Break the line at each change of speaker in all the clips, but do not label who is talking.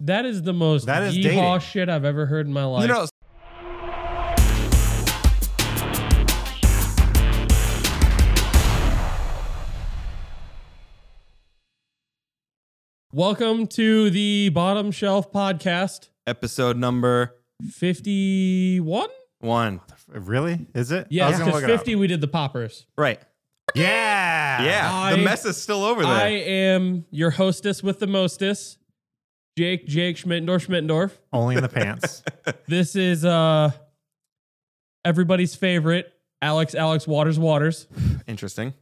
That is the most
That is
yeehaw
dating.
shit I've ever heard in my life.
you know,
Welcome to the Bottom Shelf Podcast
episode number
51.
one.
really? Is it? I was
Yes,
gonna
because
look it up.
50 we did the poppers.
Right.
Yeah.
Yeah.
I-
the mess is still over there.
I am your hostess with the mostess, Jake Jake Schmittendorf Schmittendorf.
Only in the pants.
This is uh everybody's favorite Alex Alex Waters Waters
Interesting.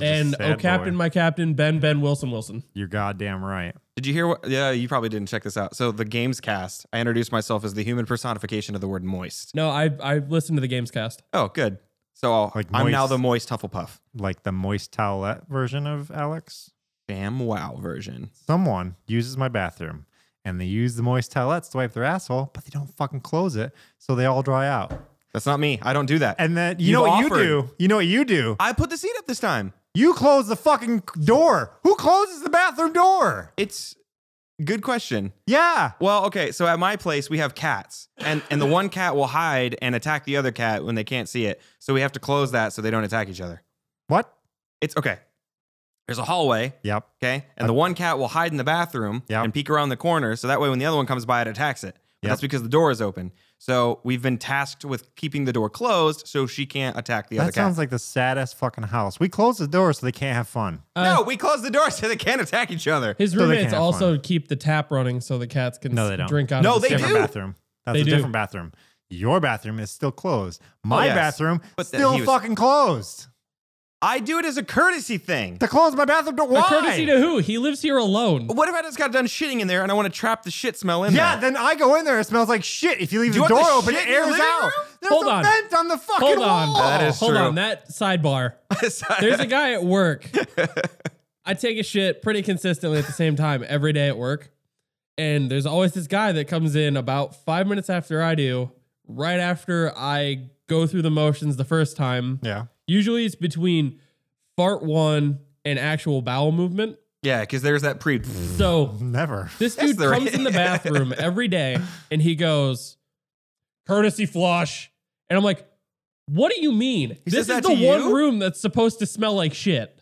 and
sad
oh captain
boy.
my captain Ben Ben Wilson Wilson.
You're goddamn right.
Did you hear what? Yeah, you probably didn't check this out. So the games cast, I introduced myself as the human personification of the word moist.
No, I I listened to the games cast.
Oh, good. So I'll,
Like
I'm now
moist.
the moist Hufflepuff.
Like the moist towelette version of Alex.
Bam wow version.
Someone uses my bathroom and they use the moist towelettes to wipe their asshole, but they don't fucking close it, so they all dry out.
That's not me. I don't do that.
And then you
You've
know what
offered.
you do? You know what you do?
I put the seat up this time.
You close the fucking door. Who closes the bathroom door?
It's good question.
Yeah.
Well, okay. So at my place, we have cats, and and the one cat will hide and attack the other cat when they can't see it. So we have to close that so they don't attack each other.
What?
It's okay. There's a hallway.
Yep.
Okay. And the one cat will hide in the bathroom
Yep.
and peek around the corner. So that way, when the other one comes by, it attacks it. But
Yep.
that's because the door is open. So we've been tasked with keeping the door closed so she can't attack the other
That sounds
cat.
like the saddest fucking house. We close the door so they can't have fun.
no, we close the door so they can't attack each other.
His
So they
roommates
can have
also keep the tap running so the cats can
No, they don't.
drink out
No,
of the
they
same-
different
do.
bathroom. That's
They
a
do.
different bathroom. Your bathroom is still closed. My
yes.
bathroom
But then
still
he was-
fucking closed.
I do it as a courtesy thing.
To close my bathroom door.
A
Why?
courtesy to who? He lives here alone.
What if I just got done shitting in there and I want to trap the shit smell in
yeah,
there?
then I go in there. It smells like shit. If you leave
Do you
the
want
door
the
open,
shit
it
in your
airs
living
out.
room?
There's
Hold
a
on.
vent on the fucking
Hold on.
wall.
That is
Hold
true.
on. That sidebar. There's a guy at work. I take a shit pretty consistently at the same time every day at work. And there's always this guy that comes in about five minutes after I do, right after I go through the motions the first time.
Yeah.
Usually it's between fart one and actual bowel movement.
yeah, because there's that pre.
So
Never.
this
That's
dude
the
comes in the bathroom every day and he goes, courtesy flush. And I'm like, what do you mean?
He
this
says
is
that
the
to you?
one room that's supposed to smell like shit.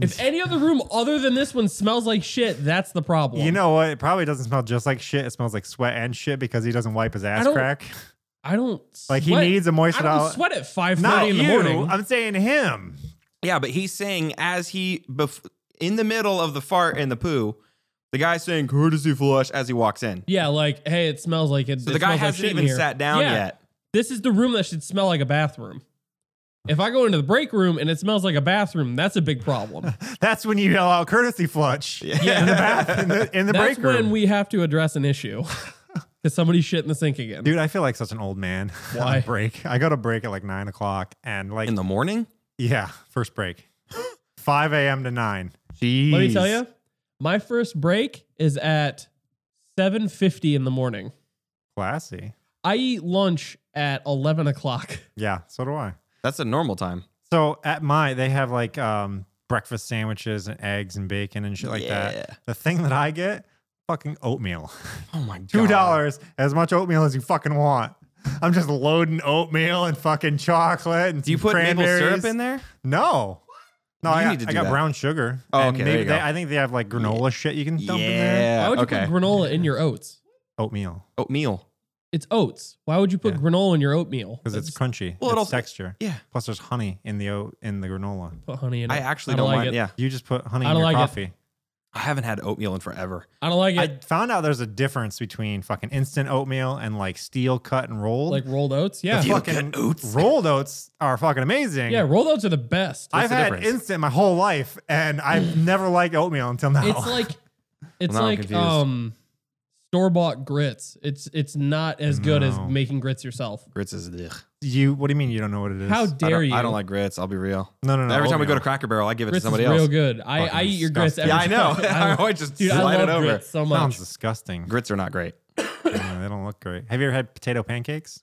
If any other room other than this one smells like shit, that's the problem.
You know what? It probably doesn't smell just like shit. It smells like sweat and shit because he doesn't wipe his ass
don't-
crack.
I don't
Like he
sweat-
needs a moist
I don't
towel.
sweat at 5:30
Not
in the
you.
morning.
I'm saying him.
Yeah, but he's saying as he bef- in the middle of the fart and the poo, the guy's saying courtesy flush as he walks in.
yeah, like hey, it smells like it.
So
it
the guy
smells like
hasn't
shit in
even
here.
sat down
Yeah.
yet.
This is the room that should smell like a bathroom. If I go into the break room and it smells like a bathroom, that's a big problem.
That's when you yell out courtesy flush in the bath in the, in the
That's
break room.
when we have to address an issue. Because somebody's shit in the sink again.
Dude, I feel like such an old man. on
Why?
break. I go to break at like nine o'clock and like
In the morning?
yeah, first break, five a.m. to nine. Jeez.
Let me tell you, my first break is at 7.50 in the morning.
classy.
I eat lunch at 11 o'clock.
Yeah, so do I.
That's a normal time.
So at my, they have like um breakfast sandwiches and eggs and bacon and shit like
Yeah.
that. The thing that I get, fucking oatmeal.
Oh my god.
Two dollars, as much oatmeal as you fucking want. I'm just loading oatmeal and fucking chocolate and
Do you
some
put maple syrup
cranberries.
in there?
No. No,
You
I got,
need to
I
do
got
that.
brown sugar.
Oh,
And
okay,
Maybe
there you
they,
go.
I think they have like granola shit you can dump in there.
Yeah.
Why would you
okay.
put granola in your oats?
Oatmeal
Oatmeal.
It's oats. Why would you put
Yeah.
granola in your oatmeal?
because it's
That's-
crunchy.
Well,
it's
it'll-
texture.
Yeah.
Plus, there's honey in the oat in the granola.
put honey in it.
I actually
I
don't
don't like it.
mind. Yeah.
You just put honey
I
in
don't
your
like it.
coffee.
I haven't had oatmeal in forever.
I don't like
I
it.
found out there's a difference between fucking instant oatmeal and like steel cut and rolled.
like rolled oats. Yeah.
Steel
fucking
cut oats.
rolled oats are fucking amazing.
Yeah, rolled oats are the best.
I've
the
had
difference?
instant my whole life, and I've never liked oatmeal until now.
It's like it's
now I'm
like
confused.
um store bought grits. It's it's not as good as
No.
making grits yourself.
Grits is ugh.
you. What do you mean you don't know what it is?
How
I
dare
don't,
you?
I don't like grits. I'll be real.
no, no, no.
Every time we go to
oatmeal.
Cracker Barrel, I give it
grits.
to somebody
is real
else.
good. I, I
Fucking
eat your grits.
disgusting.
Every
Yeah, I know.
time.
I always just
Dude, I
slide
love
it over.
grits so much.
sounds disgusting.
Grits are not great.
Yeah, they don't look great. Have you ever had potato pancakes?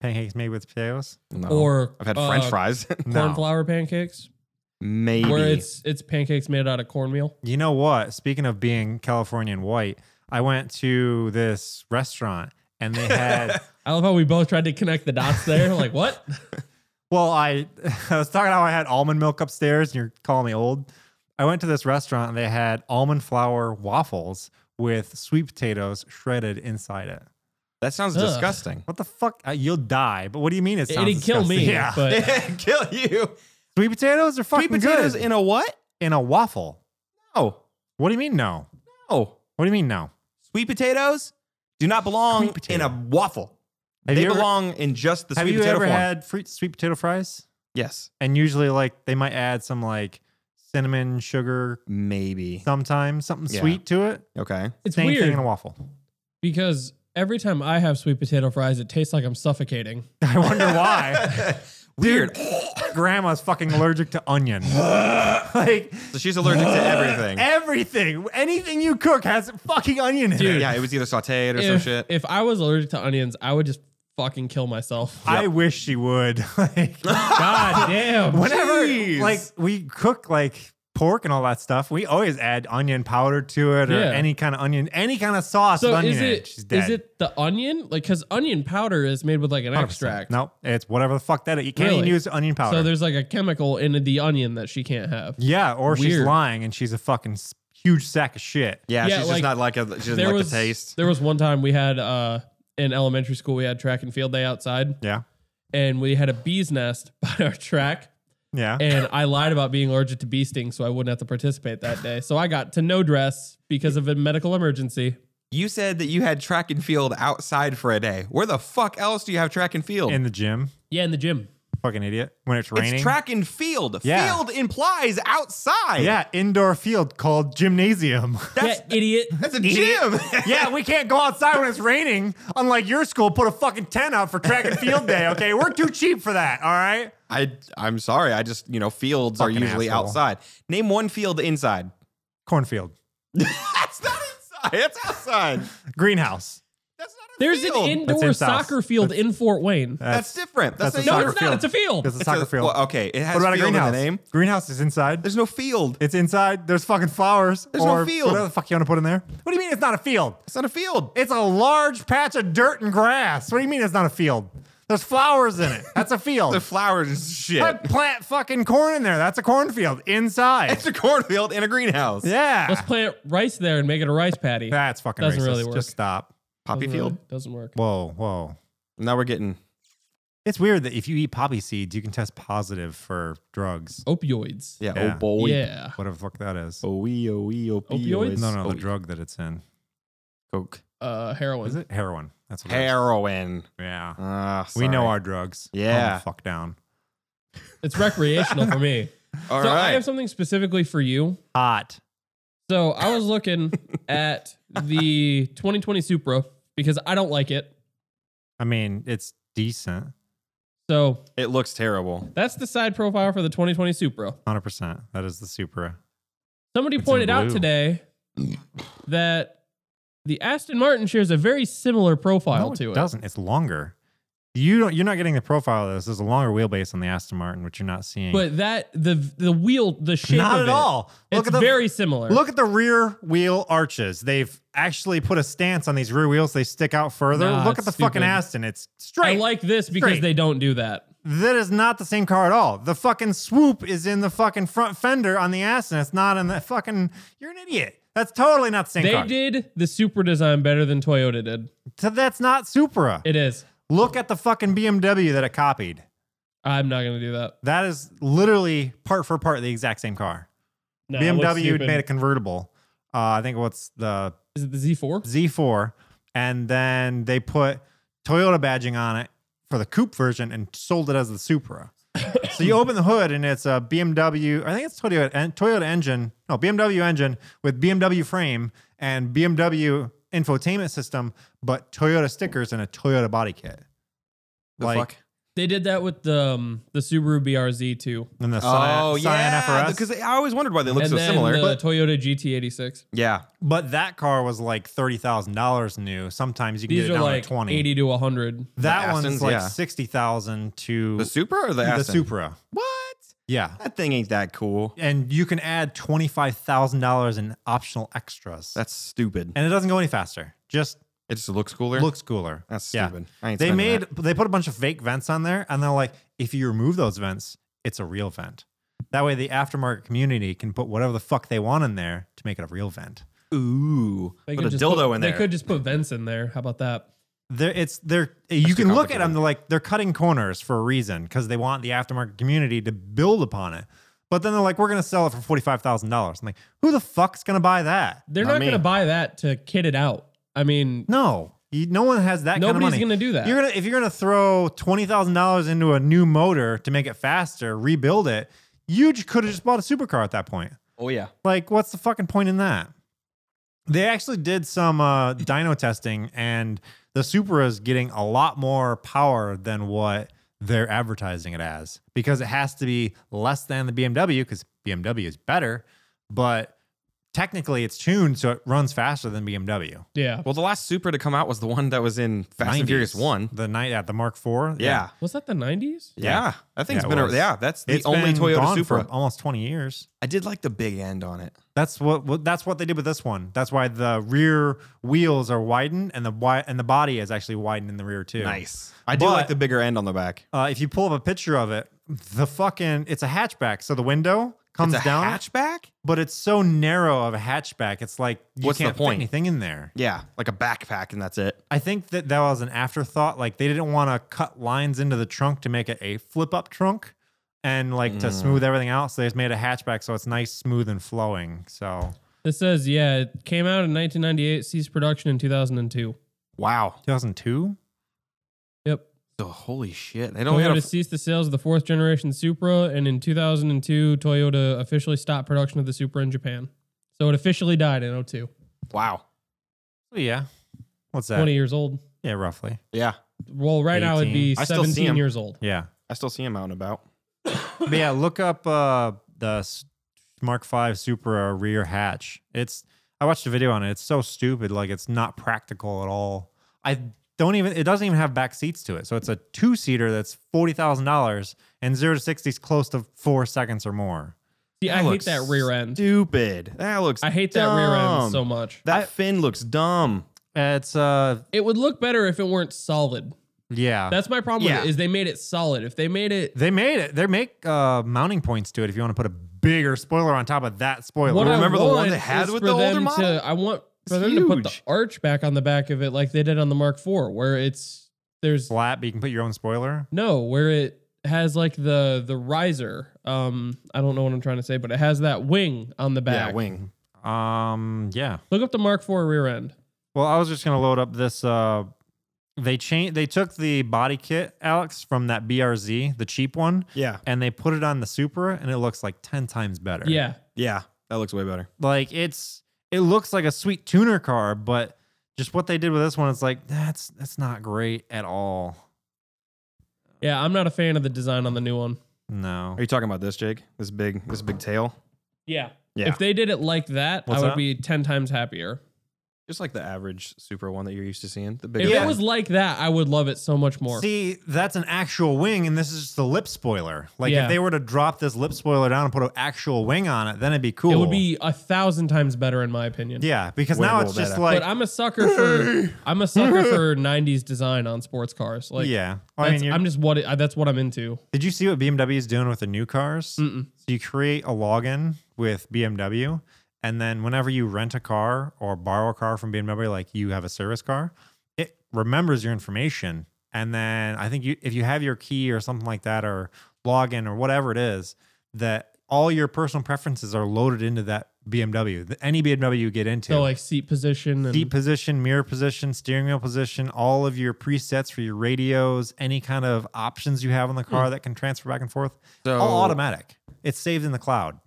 Pancakes made with potatoes?
No.
Or
I've had
uh,
French fries.
No.
cornflower pancakes,
Maybe.
where it's it's pancakes made out of cornmeal.
You know what? Speaking of being Californian white, I went to this restaurant and they had
I love how we both tried to connect the dots there. like what?
Well, I, I was talking how I had almond milk upstairs, and you're calling me old. I went to this restaurant and they had almond flour waffles with sweet potatoes shredded inside it.
That sounds
Ugh.
disgusting.
What the fuck? Uh, you'll die. But what do you mean? It
It-
sounds
It'd kill me.
disgusting? Yeah,
But
Kill you.
sweet potatoes are fucking
Sweet potatoes
good
in a what?
in a waffle.
No.
What do you mean no?
No.
What do you mean no?
Sweet potatoes do not belong
Sweet
in
potato.
a waffle.
Have
they
you ever-
belong in just the
Have
sweet
you
potato
ever
form.
had free, sweet potato fries?
yes.
And usually, like they might add some like cinnamon, sugar,
Maybe.
sometimes something
Yeah.
sweet to it.
Okay.
it's
Same thing in
weird
a waffle.
because every time I have sweet potato fries, it tastes like I'm suffocating.
I wonder why.
Weird.
grandma's fucking allergic to onion. like
so she's allergic to everything.
everything, anything you cook has fucking onion in
Dude.
it.
Yeah, it was either sauteed or some
If,
shit.
if I was allergic to onions, I would just fucking kill myself.
I wish she would. like
God damn.
whenever
Jeez.
like we cook like pork and all that stuff, we always add onion powder to it or
Yeah.
any kind of onion, any kind of sauce with
So
onion
is
in
it
it. She's dead.
is it the onion? Like cuz onion powder is made with like an
100%.
extract.
No, it's whatever the fuck that is. You can't even
Really?
use onion powder.
So there's like a chemical in the onion that she can't have.
yeah, or she's
Weird.
lying and she's a fucking s- huge sack of shit.
yeah,
Yeah,
she's just
like,
not like a, she doesn't like
was
the taste.
there was one time we had uh in elementary school we had track and field day outside
Yeah.
and we had a bee's nest by our track
Yeah.
and I lied about being allergic to bee sting so I wouldn't have to participate that day. So I got to no dress because of a medical emergency.
You said that you had track and field outside for a day. Where the fuck else do you have track and field?
in the gym.
Yeah, in the gym.
Fucking idiot. When it's raining.
it's track and field.
Yeah.
Field implies outside.
Yeah, indoor field called gymnasium.
yeah, idiot.
That's a gym.
yeah, we can't go outside when it's raining. Unlike your school, put a fucking tent up for track and field day. Okay, we're too cheap for that. All right.
I I'm sorry. I just, you know, fields are
Fucking
usually
asshole.
outside. Name one field inside.
Cornfield,
That's not inside. That's outside.
greenhouse.
That's not a
There's
field.
an indoor
in South.
soccer field in Fort Wayne.
That's, different. That's,
that's
a
a
no,
soccer
it's not. It's a field.
It's a soccer field.
Oh. Well, okay, it has
what about a
field in
greenhouse?
the name.
Greenhouse is inside.
There's no field.
it's inside. There's fucking flowers.
There's no
or
field.
Whatever the fuck you want to put in there. What do you mean it's not a field?
It's not a field.
It's a large patch of dirt and grass. What do you mean it's not a field? There's flowers in it. That's a
The
field.
flowers and shit.
I plant fucking corn in there. That's a cornfield inside.
It's a cornfield in a greenhouse.
Yeah.
Let's plant rice there and make it a rice patty.
That's fucking
Doesn't
racist.
really work.
Just stop.
Poppy
Doesn't
field.
really- doesn't work.
Whoa, whoa.
Now we're getting.
It's weird that if you eat poppy seeds, you can test positive for drugs.
Opioids.
Yeah.
Yeah.
Oh boy.
Yeah.
Whatever the fuck that is.
Oh wee. Oh wee.
Opioids?
No, no, the
Opi-
drug that it's in.
Coke.
Uh, heroin.
Is it heroin? That's what it is.
Heroin.
Yeah.
Ah,
We know
sorry.
our drugs. Calm the
Yeah.
fuck down.
It's recreational for me.
All
so I
right.
have something specifically for you.
Hot.
So I was looking at the 2020 Supra because I don't like it.
I mean, it's decent.
So
it looks terrible.
that's the side profile for the 2020 Supra.
100%. That is the Supra.
Somebody
It's in
pointed out
blue.
today that the Aston Martin shares a very similar profile
no,
to it.
it doesn't. It's longer. You don't, you're not getting the profile of this. There's a longer wheelbase on the Aston Martin, which you're not seeing.
But that the the wheel the shape
not
of it,
at all.
It's
Look at the
very similar.
Look at the rear wheel arches. They've actually put a stance on these rear wheels. They stick out further.
Nah,
Look at
it's
the fucking
stupid.
Aston. It's
I
straight.
like this because
Straight.
they don't do that.
that is not the same car at all. The fucking swoop is in the fucking front fender on the Aston. It's not in the fucking. You're an idiot. That's totally not the same
They
car.
did the Supra design better than Toyota did.
So that's not Supra.
It is.
Look at the fucking BMW that it copied.
I'm not gonna do that.
That is literally part for part the exact same car.
No, it looks
BMW
stupid.
made a convertible. Uh, I think what's the
Is it the Z4?
Z4, and then they put Toyota badging on it for the coupe version and sold it as the Supra. so you open the hood and it's a BMW. I think it's Toyota en- Toyota engine, no BMW engine with BMW frame and BMW infotainment system, but Toyota stickers and a Toyota body kit.
The
Like-
fuck?
They did that with the um, the Subaru BRZ too,
And the
Oh
Scion,
yeah.
Scion FRS.
Because I always wondered why they look
and
so
then
similar.
the
but
Toyota GT86.
yeah.
but that car was like thirty thousand dollars new. Sometimes you can
These
get it
are
down
like
to twenty.
80 to 100.
that
The
one's
Astons,
like
yeah.
sixty thousand to
The Supra or the
the
Aston?
Supra.
What?
Yeah.
That thing ain't that cool.
And you can add $25,000 in optional extras.
That's stupid.
and it doesn't go any faster. Just
It just looks cooler.
looks cooler.
That's
Yeah.
stupid. I ain't
They
spending
made
that.
they put a bunch of fake vents on there and they're like if you remove those vents, it's a real vent. That way the aftermarket community can put whatever the fuck they want in there to make it a real vent.
ooh.
They
Put
could
a
just
dildo
put-
in there.
They could just put vents in there. How about that?
They're, it's they're you
too
can look at
complicated.
them they're like they're cutting corners for a reason because they want the aftermarket community to build upon it. But then they're like we're going to sell it for $45,000. I'm like who the fuck's going to buy that?
They're
Not
not,
me.
going to buy that to kid it out. I mean,
No. You, no one has that kind of
nobody's
money.
going to do that.
You're gonna if you're gonna throw twenty thousand dollars into a new motor to make it faster, rebuild it. You could have just bought a supercar at that point.
oh yeah.
Like, what's the fucking point in that? They actually did some uh, dyno testing, and the Supra is getting a lot more power than what they're advertising it as because it has to be less than the BMW because BMW is better, but technically it's tuned so it runs faster than BMW.
yeah.
Well, the last Supra to come out was the one that was in Fast and
90s.
Furious One.
the night at the Mark Four.
Yeah.
Was that the 90s?
Yeah. That thing's
Yeah, it
been a,
was.
yeah, that's the
It's
only
been
Toyota
gone
Supra.
for almost 20 years.
I did like the big end on it.
That's what, what that's what they did with this one. That's why the rear wheels are widened and the wi- and the body is actually widened in the rear too.
I do
But-
like the bigger end on the back.
Uh, if you pull up a picture of it, the fucking it's a hatchback. So the window comes
it's a
down,
hatchback?
but it's so narrow of a hatchback. It's like you
What's the
can't fit
point?
anything in there.
Yeah, like a backpack and that's it.
I think that that was an afterthought. Like they didn't want to cut lines into the trunk to make it a flip up trunk and like
Mm.
to smooth everything out. So they just made a hatchback so it's nice, smooth, and flowing. So
This says, yeah, it came out in 1998, ceased production in 2002.
Wow.
2002?
Yep.
So holy shit. They don't
Toyota
have
ceased the sales of the fourth generation Supra, and in 2002, Toyota officially stopped production of the Supra in Japan. So it officially died in 02.
Wow.
Oh, yeah. What's that?
20 years old.
Yeah, roughly.
Yeah.
Well, right now it'd be
18.
I still see
17
him.
years old.
Yeah.
I still see him out and about.
But yeah, look up uh, the S- Mark V Supra rear hatch. It's, I watched a video on it. It's so stupid. Like it's not practical at all. I don't even, it doesn't even have back seats to it. So it's a two seater that's $40,000 and zero to 60 is close to four seconds or more.
See, I hate that rear end.
Stupid. That looks
I hate that rear
dumb.
end so much.
That fin looks dumb.
It's, uh,
It would look better if it weren't solid.
yeah.
That's my problem
Yeah.
with it, is they made it solid. If they made it
they made it. They make uh, mounting points to it if you want to put a bigger spoiler on top of that spoiler.
What
Remember
I
the one
want
they had
is
with
for
the older
them
model?
To, I want for
It's
them to put the
huge.
arch back on the back of it like they did on the Mark IV, where it's there's
flat, but you can put your own spoiler.
no where it has like the the riser. Um, I don't know what I'm trying to say, but it has that wing on the back.
Yeah, wing.
Um, yeah.
Look up the Mark IV rear end.
Well, I was just gonna load up this. Uh, they changed. They took the body kit, Alex, from that BRZ, the cheap one,
Yeah.
and they put it on the Supra, and it looks like ten times better.
Yeah,
Yeah. That looks way better.
like it's it looks like a sweet tuner car, but just what they did with this one, it's like that's that's not great at all.
yeah. I'm not a fan of the design on the new one.
No.
Are you talking about this, Jake? This big this big tail?
Yeah.
Yeah.
If they did it like that,
What's
I would
that?
be ten times happier.
Just like the average Supra one that you're used to seeing. The big
If
one.
it was like that, I would love it so much more.
See, that's an actual wing, and this is just the lip spoiler. Like
Yeah.
if they were to drop this lip spoiler down and put an actual wing on it, then it'd be cool.
it would be a thousand times better in my opinion.
yeah, because
Way to
now
roll
it's
that
just
out.
like
but I'm a sucker for I'm a sucker for '90s design on sports cars. Like,
yeah. I mean,
that's,
you're-
I'm just what it, I, that's what I'm into.
Did you see what BMW is doing with the new cars?
Mm-mm.
So you create a login with BMW, and then whenever you rent a car or borrow a car from BMW, like you have a service car, it remembers your information. And then I think you, if you have your key or something like that, or login or whatever it is, that all your personal preferences are loaded into that BMW. th- Any BMW you get into,
So like seat position and
seat position, mirror position, steering wheel position, all of your presets for your radios, any kind of options you have on the
Hmm.
car that can transfer back and forth,
So-
all automatic. It's saved in the cloud.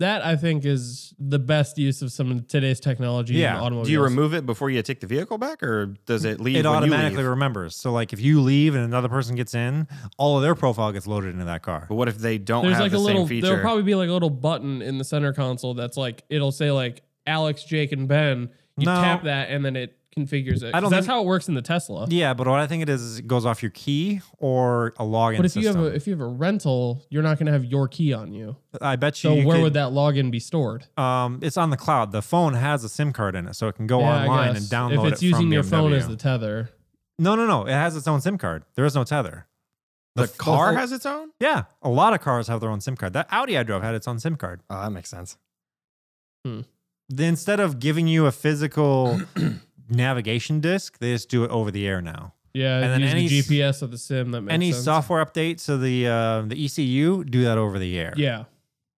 that I think is the best use of some of today's technology.
Yeah.
in
Do you
automobiles.
Do you remove it before you take the vehicle back, or does it leave?
It
when you
automatically
leave?
remembers. So like if you leave and another person gets in, all of their profile gets loaded into that car.
But what if they don't
There's
have
like a
the
little.
same
There'll
feature?
probably be like a little button in the center console that's like it'll say like Alex, Jake, and Ben. You
No.
tap that and then it configures it.
I
I
don't
don't that's
think-
how it works in the Tesla.
Yeah, but what I think it is, is it goes off your key or a login.
But if you
system.
have a if you have a rental, you're not going to have your key on you.
I bet you.
So
you
where
could-
would that login be stored?
Um, it's on the cloud. The phone has a SIM card in it, so it can go
Yeah, I
online and
guess.
download
If it's
it
using
from
your phone
BMW.
as the tether,
no, no, no. It has its own SIM card. There is no tether.
The, car
whole-
has its own?
Yeah, a lot of cars have their own SIM card. That Audi I drove had its own SIM card.
Oh, that makes sense.
The- Instead of giving you a physical navigation disc, they just do it over the air now.
yeah,
And then
use
any
the
s-
GPS of the sim. That makes
Any
sense.
software updates to the uh, the ECU do that over the air.
Yeah,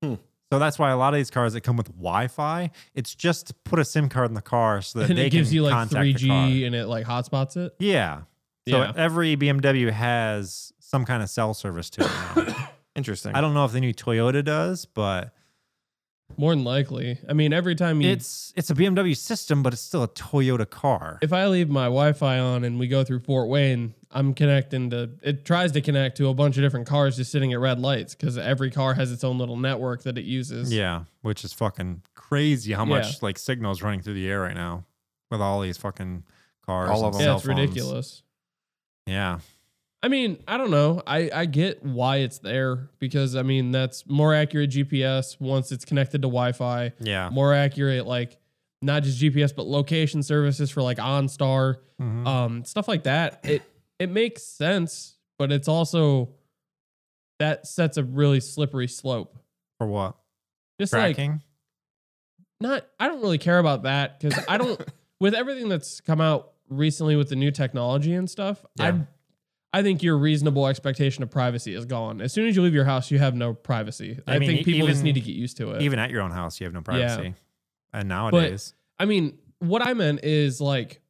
So that's why a lot of these cars that come with Wi-Fi, it's just to put a SIM card in the car so that
and
they
it gives
can
you like
contact the car.
3G and it like hotspots it.
Yeah. So
Yeah.
every BMW has some kind of cell service to it now.
Interesting.
I don't know if the new Toyota does, but
More than likely. I mean, every time you
it's it's a BMW system, but it's still a Toyota car.
if I leave my Wi-Fi on and we go through Fort Wayne, I'm connecting to it tries to connect to a bunch of different cars just sitting at red lights because every car has its own little network that it uses.
yeah, which is fucking crazy how
Yeah.
much like signals running through the air right now with all these fucking cars.
All
and
of 'em.
yeah,
cell
it's
phones.
ridiculous.
Yeah.
I mean, I don't know. I I get why it's there because I mean that's more accurate GPS once it's connected to Wi-Fi.
Yeah.
More accurate, like not just GPS but location services for like OnStar.
Mhm.
um, stuff like that. It it makes sense, but it's also that sets a really slippery slope.
For what?
Just like
Tracking?
not, I don't really care about that because I don't. with everything that's come out recently with the new technology and stuff,
Yeah.
I I think your reasonable expectation of privacy is gone. As soon as you leave your house, you have no privacy.
I
I,
mean, e
think people just
even-
need to get used to it.
Even at your own house, you have no privacy. And nowadays,
I mean, what I meant is like,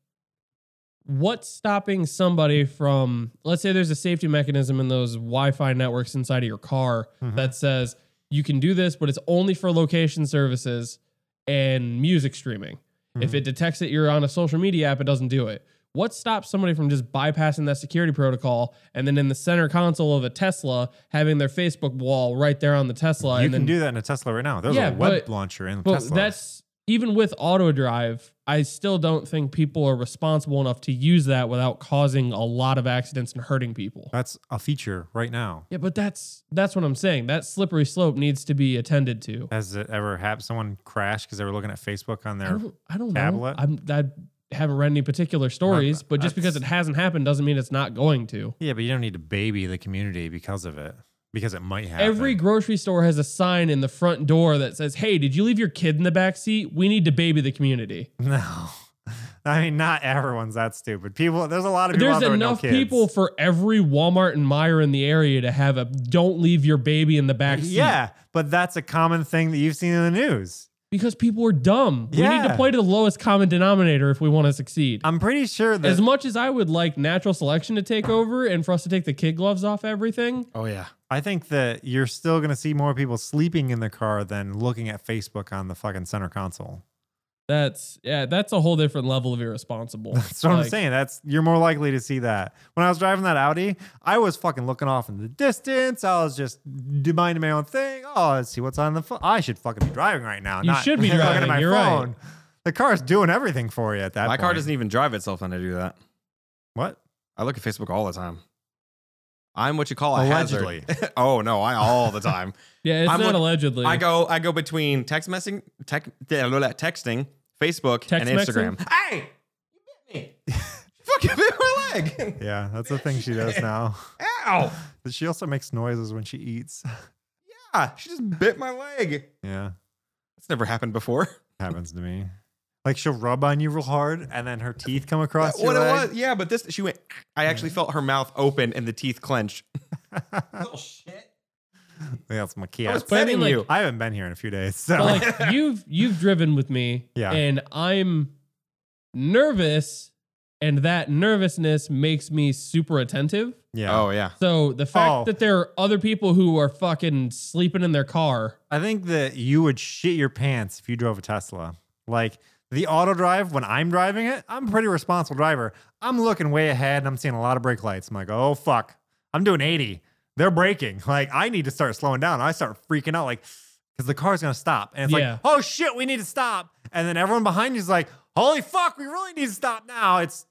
what's stopping somebody from, let's say there's a safety mechanism in those Wi Fi networks inside of your car
Mhm.
that says you can do this, but it's only for location services and music streaming. If
Mhm.
it detects that you're on a social media app, it doesn't do it. What stops somebody from just bypassing that security protocol and then in the center console of a Tesla having their Facebook wall right there on the Tesla? and
you can
then
do that in a Tesla right now. There's
Yeah,
a web
but-
launcher in
but
Tesla.
that's even with auto drive, I still don't think people are responsible enough to use that without causing a lot of accidents and hurting people.
that's a feature right now.
Yeah, but that's that's what I'm saying. That slippery slope needs to be attended to.
Has it ever happened? Someone crashed because they were looking at Facebook on
I
their.
don't, I don't know.
tablet?
I'm, I haven't read any particular stories, but just because it
that's-
hasn't happened doesn't mean it's not going to.
Yeah, but you don't need to baby the community because of it, because it might happen.
Every grocery store has a sign in the front door that says, "Hey, did you leave your kid in the back seat? We need to baby the community."
no, I mean not everyone's that stupid. People, there's a lot of people. out
There's
there with
enough
no kids.
people for every Walmart and Meyer in the area to have a "Don't leave your baby in the back seat."
Yeah, but that's a common thing that you've seen in the news.
because people are dumb. We need
Yeah. Uh,
to play to the lowest common denominator if we want to succeed.
I'm pretty sure that.
as much as I would like natural selection to take over and for us to take the kid gloves off everything,
oh, yeah.
I think that you're still going to see more people sleeping in the car than looking at Facebook on the fucking center console.
that's yeah, that's a whole different level of irresponsible.
That's what I'm saying. That's you're more likely to see that. When I was driving that Audi, I was fucking looking off in the distance. I was just d- minding my own thing. Oh, let's see what's on the phone. I should fucking be driving right now.
You
not
should be
looking
driving,
At my
you're right.
phone. The car's doing everything for you at that.
My car
point.
doesn't even drive itself when I do that.
What?
I look at Facebook all the time. I'm what you call a
Allegedly.
hazard. oh no, I all the time.
Yeah, it's
I'm
not
look-
allegedly.
I go I go between text messaging, tech, blah, blah, blah, texting, Facebook, and
Text-mexing?
Instagram. Hey, you bit me. Fucking bit my leg.
Yeah, that's the thing she does now.
Ow!
But she also makes noises when she eats.
Ah, she just bit my leg.
Yeah,
That's never happened before.
happens to me. Like she'll rub on you real hard, and then her teeth come across your
what it
leg.
was? Yeah, but this she went. I actually felt her mouth open and the teeth clench. oh shit!
That's my
I was
kiosk.
But I mean,
petting
like-
you.
I haven't been here in a few days, so
But, like you've you've driven with me
Yeah.
and i'm nervous and that nervousness makes me super attentive
yeah.
Oh yeah.
so the fact
Oh.
that there are other people who are fucking sleeping in their car
I think that you would shit your pants if you drove a Tesla. Like the auto drive, when I'm driving it, I'm a pretty responsible driver. I'm looking way ahead and I'm seeing a lot of brake lights. I'm like, oh fuck, I'm doing 80. They're braking. Like I need to start slowing down. I start freaking out, like, because the car's gonna stop. And it's
Yeah.
like, oh shit, we need to stop. And then everyone behind you is like, holy fuck, we really need to stop now. It's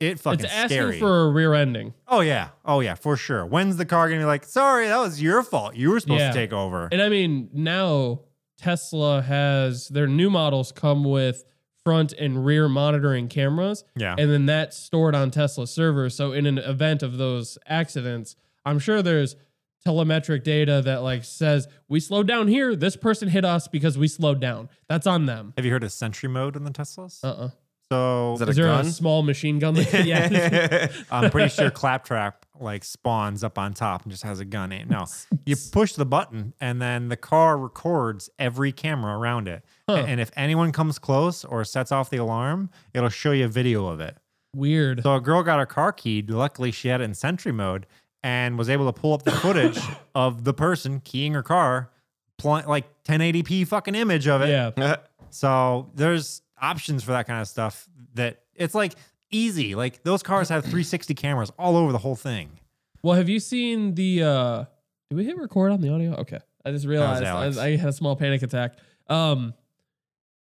it fucking
it's asking
scary.
for a rear ending.
oh yeah, oh yeah, for sure. When's the car gonna be like, sorry, that was your fault. You were supposed
Yeah.
to take over.
And I mean, now Tesla has their new models come with front and rear monitoring cameras,
yeah,
and then that's stored on Tesla servers. So in an event of those accidents, I'm sure there's telemetric data that like says we slowed down here. This person hit us because we slowed down. That's on them.
Have you heard of Sentry Mode in the Teslas?
Uh uh
so
Is that
Is
a
there
gun?
a small machine gun? That could, yeah.
I'm pretty sure Claptrap like spawns up on top and just has a gun. in- No, you push the button and then the car records every camera around it.
Huh.
And if anyone comes close or sets off the alarm, it'll show you a video of it.
Weird.
So a girl got her car keyed. Luckily, she had it in sentry mode and was able to pull up the footage of the person keying her car, pl- like 1080p fucking image of it.
Yeah.
So there's options for that kind of stuff that it's like easy. Like those cars have 360 cameras all over the whole thing.
Well, have you seen the? uh Did we hit record on the audio? Okay, I just realized
Alex.
I, I had a small panic attack. Um,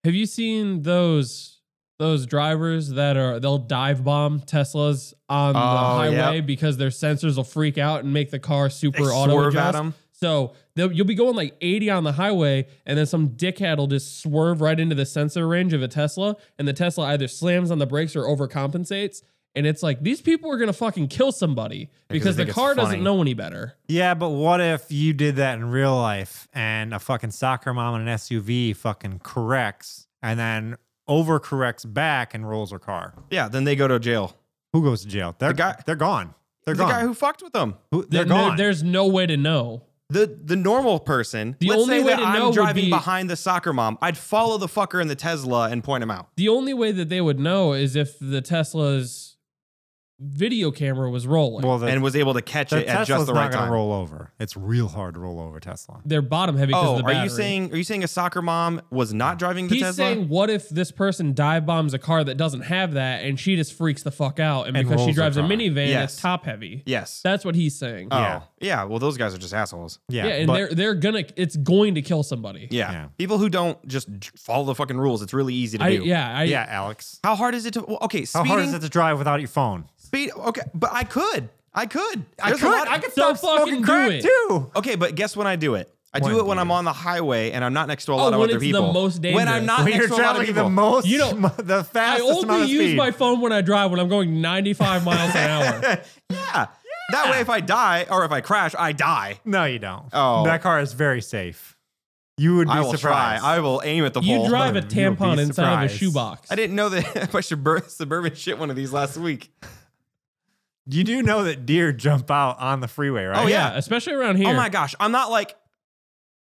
have you seen those those drivers that are they'll dive bomb Teslas on the
Oh,
highway because their sensors will freak out and make the car super auto
Swerve at
adjust?
'em.
So they'll- you'll be going like 80 on the highway, and then some dickhead will just swerve right into the sensor range of a Tesla, and the Tesla either slams on the brakes or overcompensates. And it's like these people are gonna fucking kill somebody
they
because the
think it's
car
funny.
doesn't know any better.
Yeah, but what if you did that in real life and a fucking soccer mom in an SUV fucking corrects and then overcorrects back and rolls her car?
Yeah, then they go to jail.
Who goes to jail? They're
guy-
They're gone. They're
the
gone.
guy who fucked with them.
Who- they're
There-
gone.
there's no way to know.
The the normal person.
The
let's
only
say
way
that
to
I'm
know would
driving
be-
behind the soccer mom. I'd follow the fucker in the Tesla and point him out.
The only way that they would know is if the Tesla's video camera was rolling.
well, the,
and was able to catch
the
it at
Tesla's
just the
not
right
gonna
time.
roll over. It's real hard to roll over Tesla.
They're bottom heavy because
oh,
of the battery.
are you saying are you saying a soccer mom was not driving the
He's
Tesla?
saying, what if this person dive bombs a car that doesn't have that, and she just freaks the fuck out, and,
And
because she
rolls
drives
her
a
car.
minivan,
Yes.
it's top heavy.
yes.
That's what he's saying.
oh,
Yeah.
yeah. Well, those guys are just assholes.
Yeah,
yeah, and
but-
they're they're gonna it's going to kill somebody.
Yeah.
Yeah.
People who don't just j- follow the fucking rules. It's really easy to
I,
do.
yeah, I,
yeah, Alex.
How hard is it to? Well, okay,
How
speeding.
hard is it to drive without your phone?
Speed. Okay, but I could. I could. There's a
could-
lot-
could
So
start
fucking do it.
too.
Okay, but guess when I do it? I
When
do it when
do
I'm
you?
on the highway and I'm not next to a lot of
Oh, when
other
it's the
people.
most
When
dangerous.
I'm not
When
next
you're
to a lot of
traveling
people.
the most,
You
you
know,
know, the
I
fastest amount
only
of
use
speed.
my phone when I drive when I'm going 95 miles an hour.
yeah. That way, if I die or if I crash, I die.
no, you don't.
Oh.
that car is very safe. You would be
I will
surprised.
try. I will aim at the pole.
You drive a
You'll be
tampon inside of a
surprised.
shoebox.
I didn't know that I should bur- suburban shit one of these last week.
you do know that deer jump out on the freeway, right?
Oh, yeah.
yeah, especially around here.
Oh my gosh, I'm not like,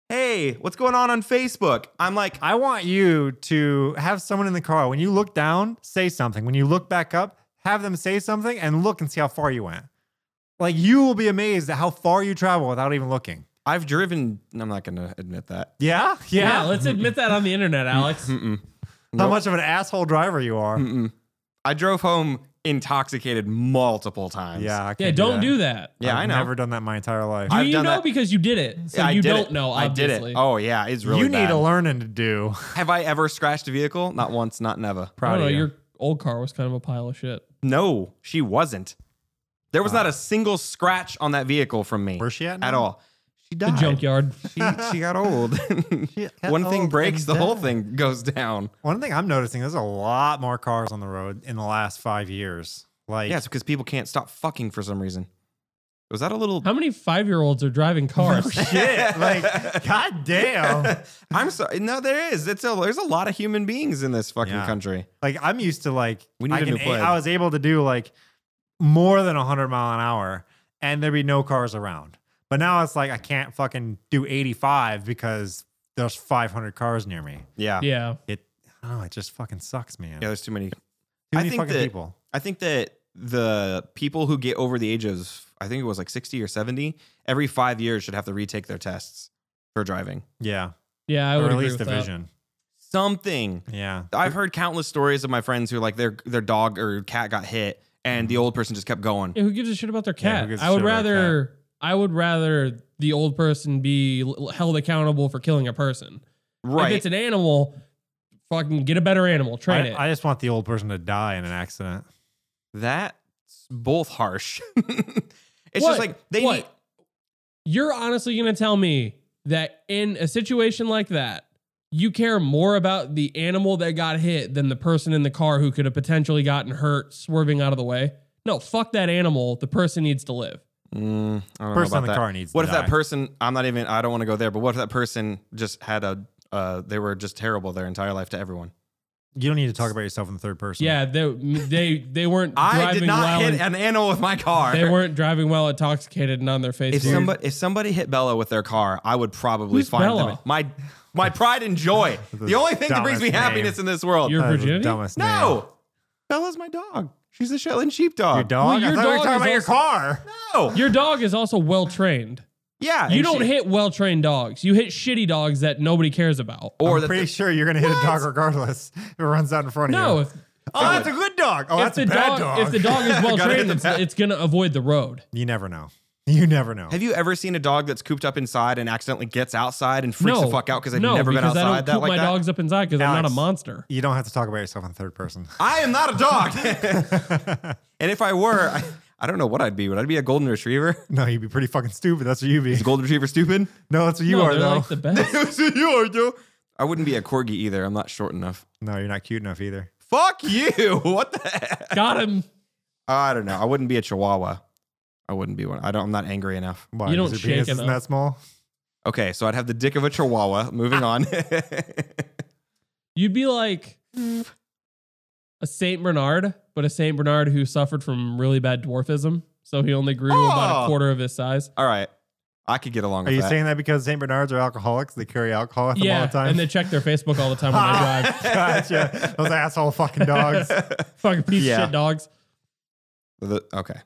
hey, what's going on on Facebook? I'm like,
I want you to have someone in the car when you look down, say something. When you look back up, have them say something and look and see how far you went. Like you will be amazed at how far you travel without even looking.
I've driven. I'm not gonna admit that.
Yeah,
Yeah,
yeah.
let's admit that on the internet, Alex.
Mm-mm.
how
Nope.
much of an asshole driver you are.
Mm-mm. I drove home intoxicated multiple times.
Yeah, I
yeah,
can't
don't
do that.
do that.
yeah,
I've
I know.
never done that my entire life.
You,
I've
you know
done that.
because you did it, so
Yeah, I
you
did
don't
it.
know.
I did
Obviously.
it. Oh yeah, it's really
you need
bad.
a learning to do.
Have I ever scratched a vehicle? Not once, not never.
I
Proud
don't
of
know,
you.
Your old car was kind of a pile of shit.
No, she wasn't. There was not a single scratch on that vehicle from me.
Where's she at? Now?
Ah. at all. She
The
died.
junkyard.
She, she got old.
got
One
oh,
thing
old
breaks,
and
the whole
died.
thing goes down.
One thing I'm noticing: there's a lot more cars on the road in the last five years. Like,
Yeah, it's because people can't stop fucking for some reason. Was that a little?
How many five year olds are driving cars?
shit. Like, goddamn.
I'm sorry. No, there is. It's a, there's a lot of human beings in this fucking
Yeah.
country.
Like, I'm used to like
We need
I
a
can
new plan.
I was able to do like more than 100 mile an hour, and there'd be no cars around. But now it's like I can't fucking do 85 because there's 500 cars near me.
Yeah. Yeah.
yeah.
It, oh, it just fucking sucks, man. Too
There's too many. I
many
think
fucking
that-
people.
I think that the people who get over the age of, I think it was like 60 or 70, every five years should have to retake their tests for driving.
Yeah,
Yeah, I
or
would
at
agree
least
with
division.
Something.
Yeah.
I've heard countless stories of my friends who like their their dog or cat got hit and
Mm-hmm.
the old person just kept going.
That. Yeah, who gives a shit about their
Yeah, who
cat?
gives a
I would
shit about their
rather I would rather the old person be l- held accountable for killing a person. If
Right.
it's an animal, Fucking get a better animal. Train it.
I, I just want the old person to die in an accident.
That's both harsh. it's
What?
just like they
What?
need.
You're honestly going to tell me that in a situation like that, you care more about the animal that got hit than the person in the car who could have potentially gotten hurt swerving out of the way? No, fuck that animal. The person needs to live.
Mm, I don't know
Person
about
in the
that.
car needs.
What
to
if
die.
that person? I'm not even. I don't want to go there. But what if that person just had a? Uh, they were just terrible their entire life to everyone.
You don't need to talk about yourself in the third person.
Yeah, they they, they weren't
I
driving
did not
well.
hit
and-
an animal with my car.
they weren't driving well, intoxicated, and on their face.
if somebody if somebody hit Bella with their car, I would probably
Who's
find
Bella?
them. My my pride and joy. the only thing that brings me
dumbest name.
happiness in this world.
Your
That is the
virginity?
dumbest
no,
name.
Bella's my dog. She's a Shetland sheepdog.
Your dog?
Well, your
I thought we were
dog
talking about your
is
car.
No.
Your dog is also well trained.
yeah.
You
and
don't
she-
hit well trained dogs. You hit shitty dogs that nobody cares about.
or
I'm
that
pretty
the-
sure you're gonna hit a dog regardless if it runs out in front of you.
No, if,
oh, that's a good dog. Oh,
if
that's
the
a bad
dog,
dog.
if the dog is well trained, it's, it's gonna avoid the road.
you never know. You never know.
Have you ever seen a dog that's cooped up inside and accidentally gets outside and freaks
no,
the fuck out because they've
no,
never been
because
outside
I don't
that
coop
like
my
that?
dogs up inside because I'm not a
Alex.
monster.
You don't have to talk about yourself in third person.
I am not a dog. and if I were, I, I don't know what I'd be. Would I be a golden retriever?
No, you'd be pretty fucking stupid. That's what you'd be.
Is a golden retriever stupid?
No, that's what you
no,
are
they're
though.
like the best.
That's what you are, Joe. I wouldn't be a corgi either. I'm not short enough.
no, you're not cute enough either.
Fuck you. What the heck?
Got him.
I don't know. I wouldn't be a chihuahua. I wouldn't be one. I don't I'm not angry enough.
Why?
You don't
because
shake
your penis
enough.
isn't that small.
Okay, so I'd have the dick of a chihuahua. Moving on.
You'd be like a Saint Bernard, but a Saint Bernard who suffered from really bad dwarfism, so he only grew about
Oh.
a quarter of his size.
All right. I could get
Are
along with
you
that.
saying that because Saint Bernards are alcoholics? They carry alcohol at them all
Yeah,
the time.
and they check their Facebook all the time when they drive.
Oh gotcha. Those asshole fucking dogs.
Fucking piece
Yeah.
of shit dogs.
The- okay.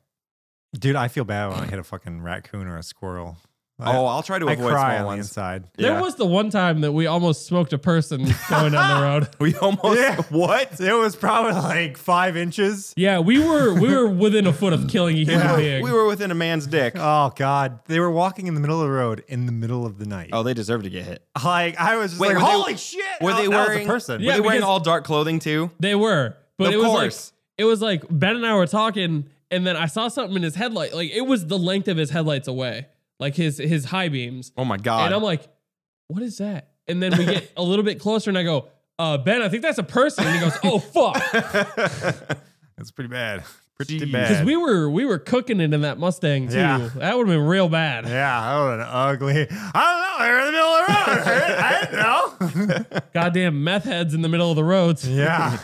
Dude, I feel bad when I hit a fucking raccoon or a squirrel. I,
Oh, I'll try to
I
avoid
cry on
small
the
ones.
inside.
Yeah.
There was the one time that we almost smoked a person going down the road.
we almost
Yeah.
what?
It was probably like five inches.
Yeah, we were we were within a foot of killing a human
Yeah.
being.
We were within a man's dick.
Oh God! They were walking in the middle of the road in the middle of the night.
Oh, they deserve to get hit.
Like I was just
Wait,
like,
were they-
"Holy shit!"
were
that-
they
that was a
wearing-
person?
Yeah,
Were they wearing
because-
all dark clothing too?
they were, but
Of
it was
course.
like it was like Ben and I were talking, and then I saw something in his headlight. Like it was the length of his headlights away, like his his high beams.
Oh my god.
And I'm like, what is that? And then we get a little bit closer, and I go, uh, Ben, I think that's a person. And he goes, oh fuck,
That's pretty bad. Pretty
Jeez.
bad.
because we were we were cooking it in that Mustang too.
Yeah.
That would have been real bad.
yeah, that was an ugly. I don't know. They were in the middle of the road. I didn't- I didn't know.
Goddamn meth heads in the middle of the roads.
Yeah.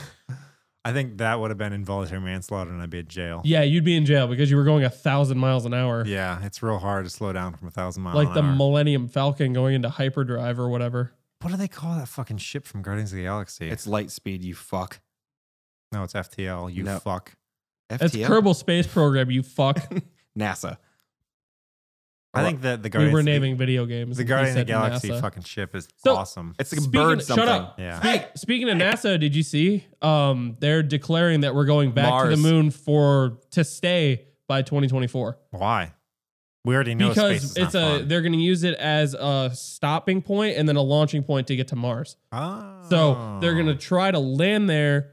I think that would have been involuntary manslaughter and I'd be in jail.
Yeah, you'd be in jail because you were going a thousand miles an hour.
Yeah, it's real hard to slow down from a thousand miles.
like the Millennium Falcon going into hyperdrive or whatever.
what do they call that fucking ship from Guardians of the Galaxy?
it's light speed, you fuck.
no, it's FTL. You
No.
fuck.
That's
FTL?
Kerbal Space Program, you fuck.
NASA.
I think that the
we
Guardians
were
of the-
naming video games.
the
and he
Guardians of the
said
Galaxy
NASA.
fucking ship is
So-
awesome.
It's like a
Speaking
bird
of- shut
something.
up.
Yeah.
Hey, speaking of NASA, did you see? Um, they're declaring that we're going back to
Mars.
the moon for to stay by 2024
Why? We already know space
because
is
it's
not
a they're going to use it as a stopping point and then a launching point to get to Mars.
fun.
So they're
Oh.
going to try to land there,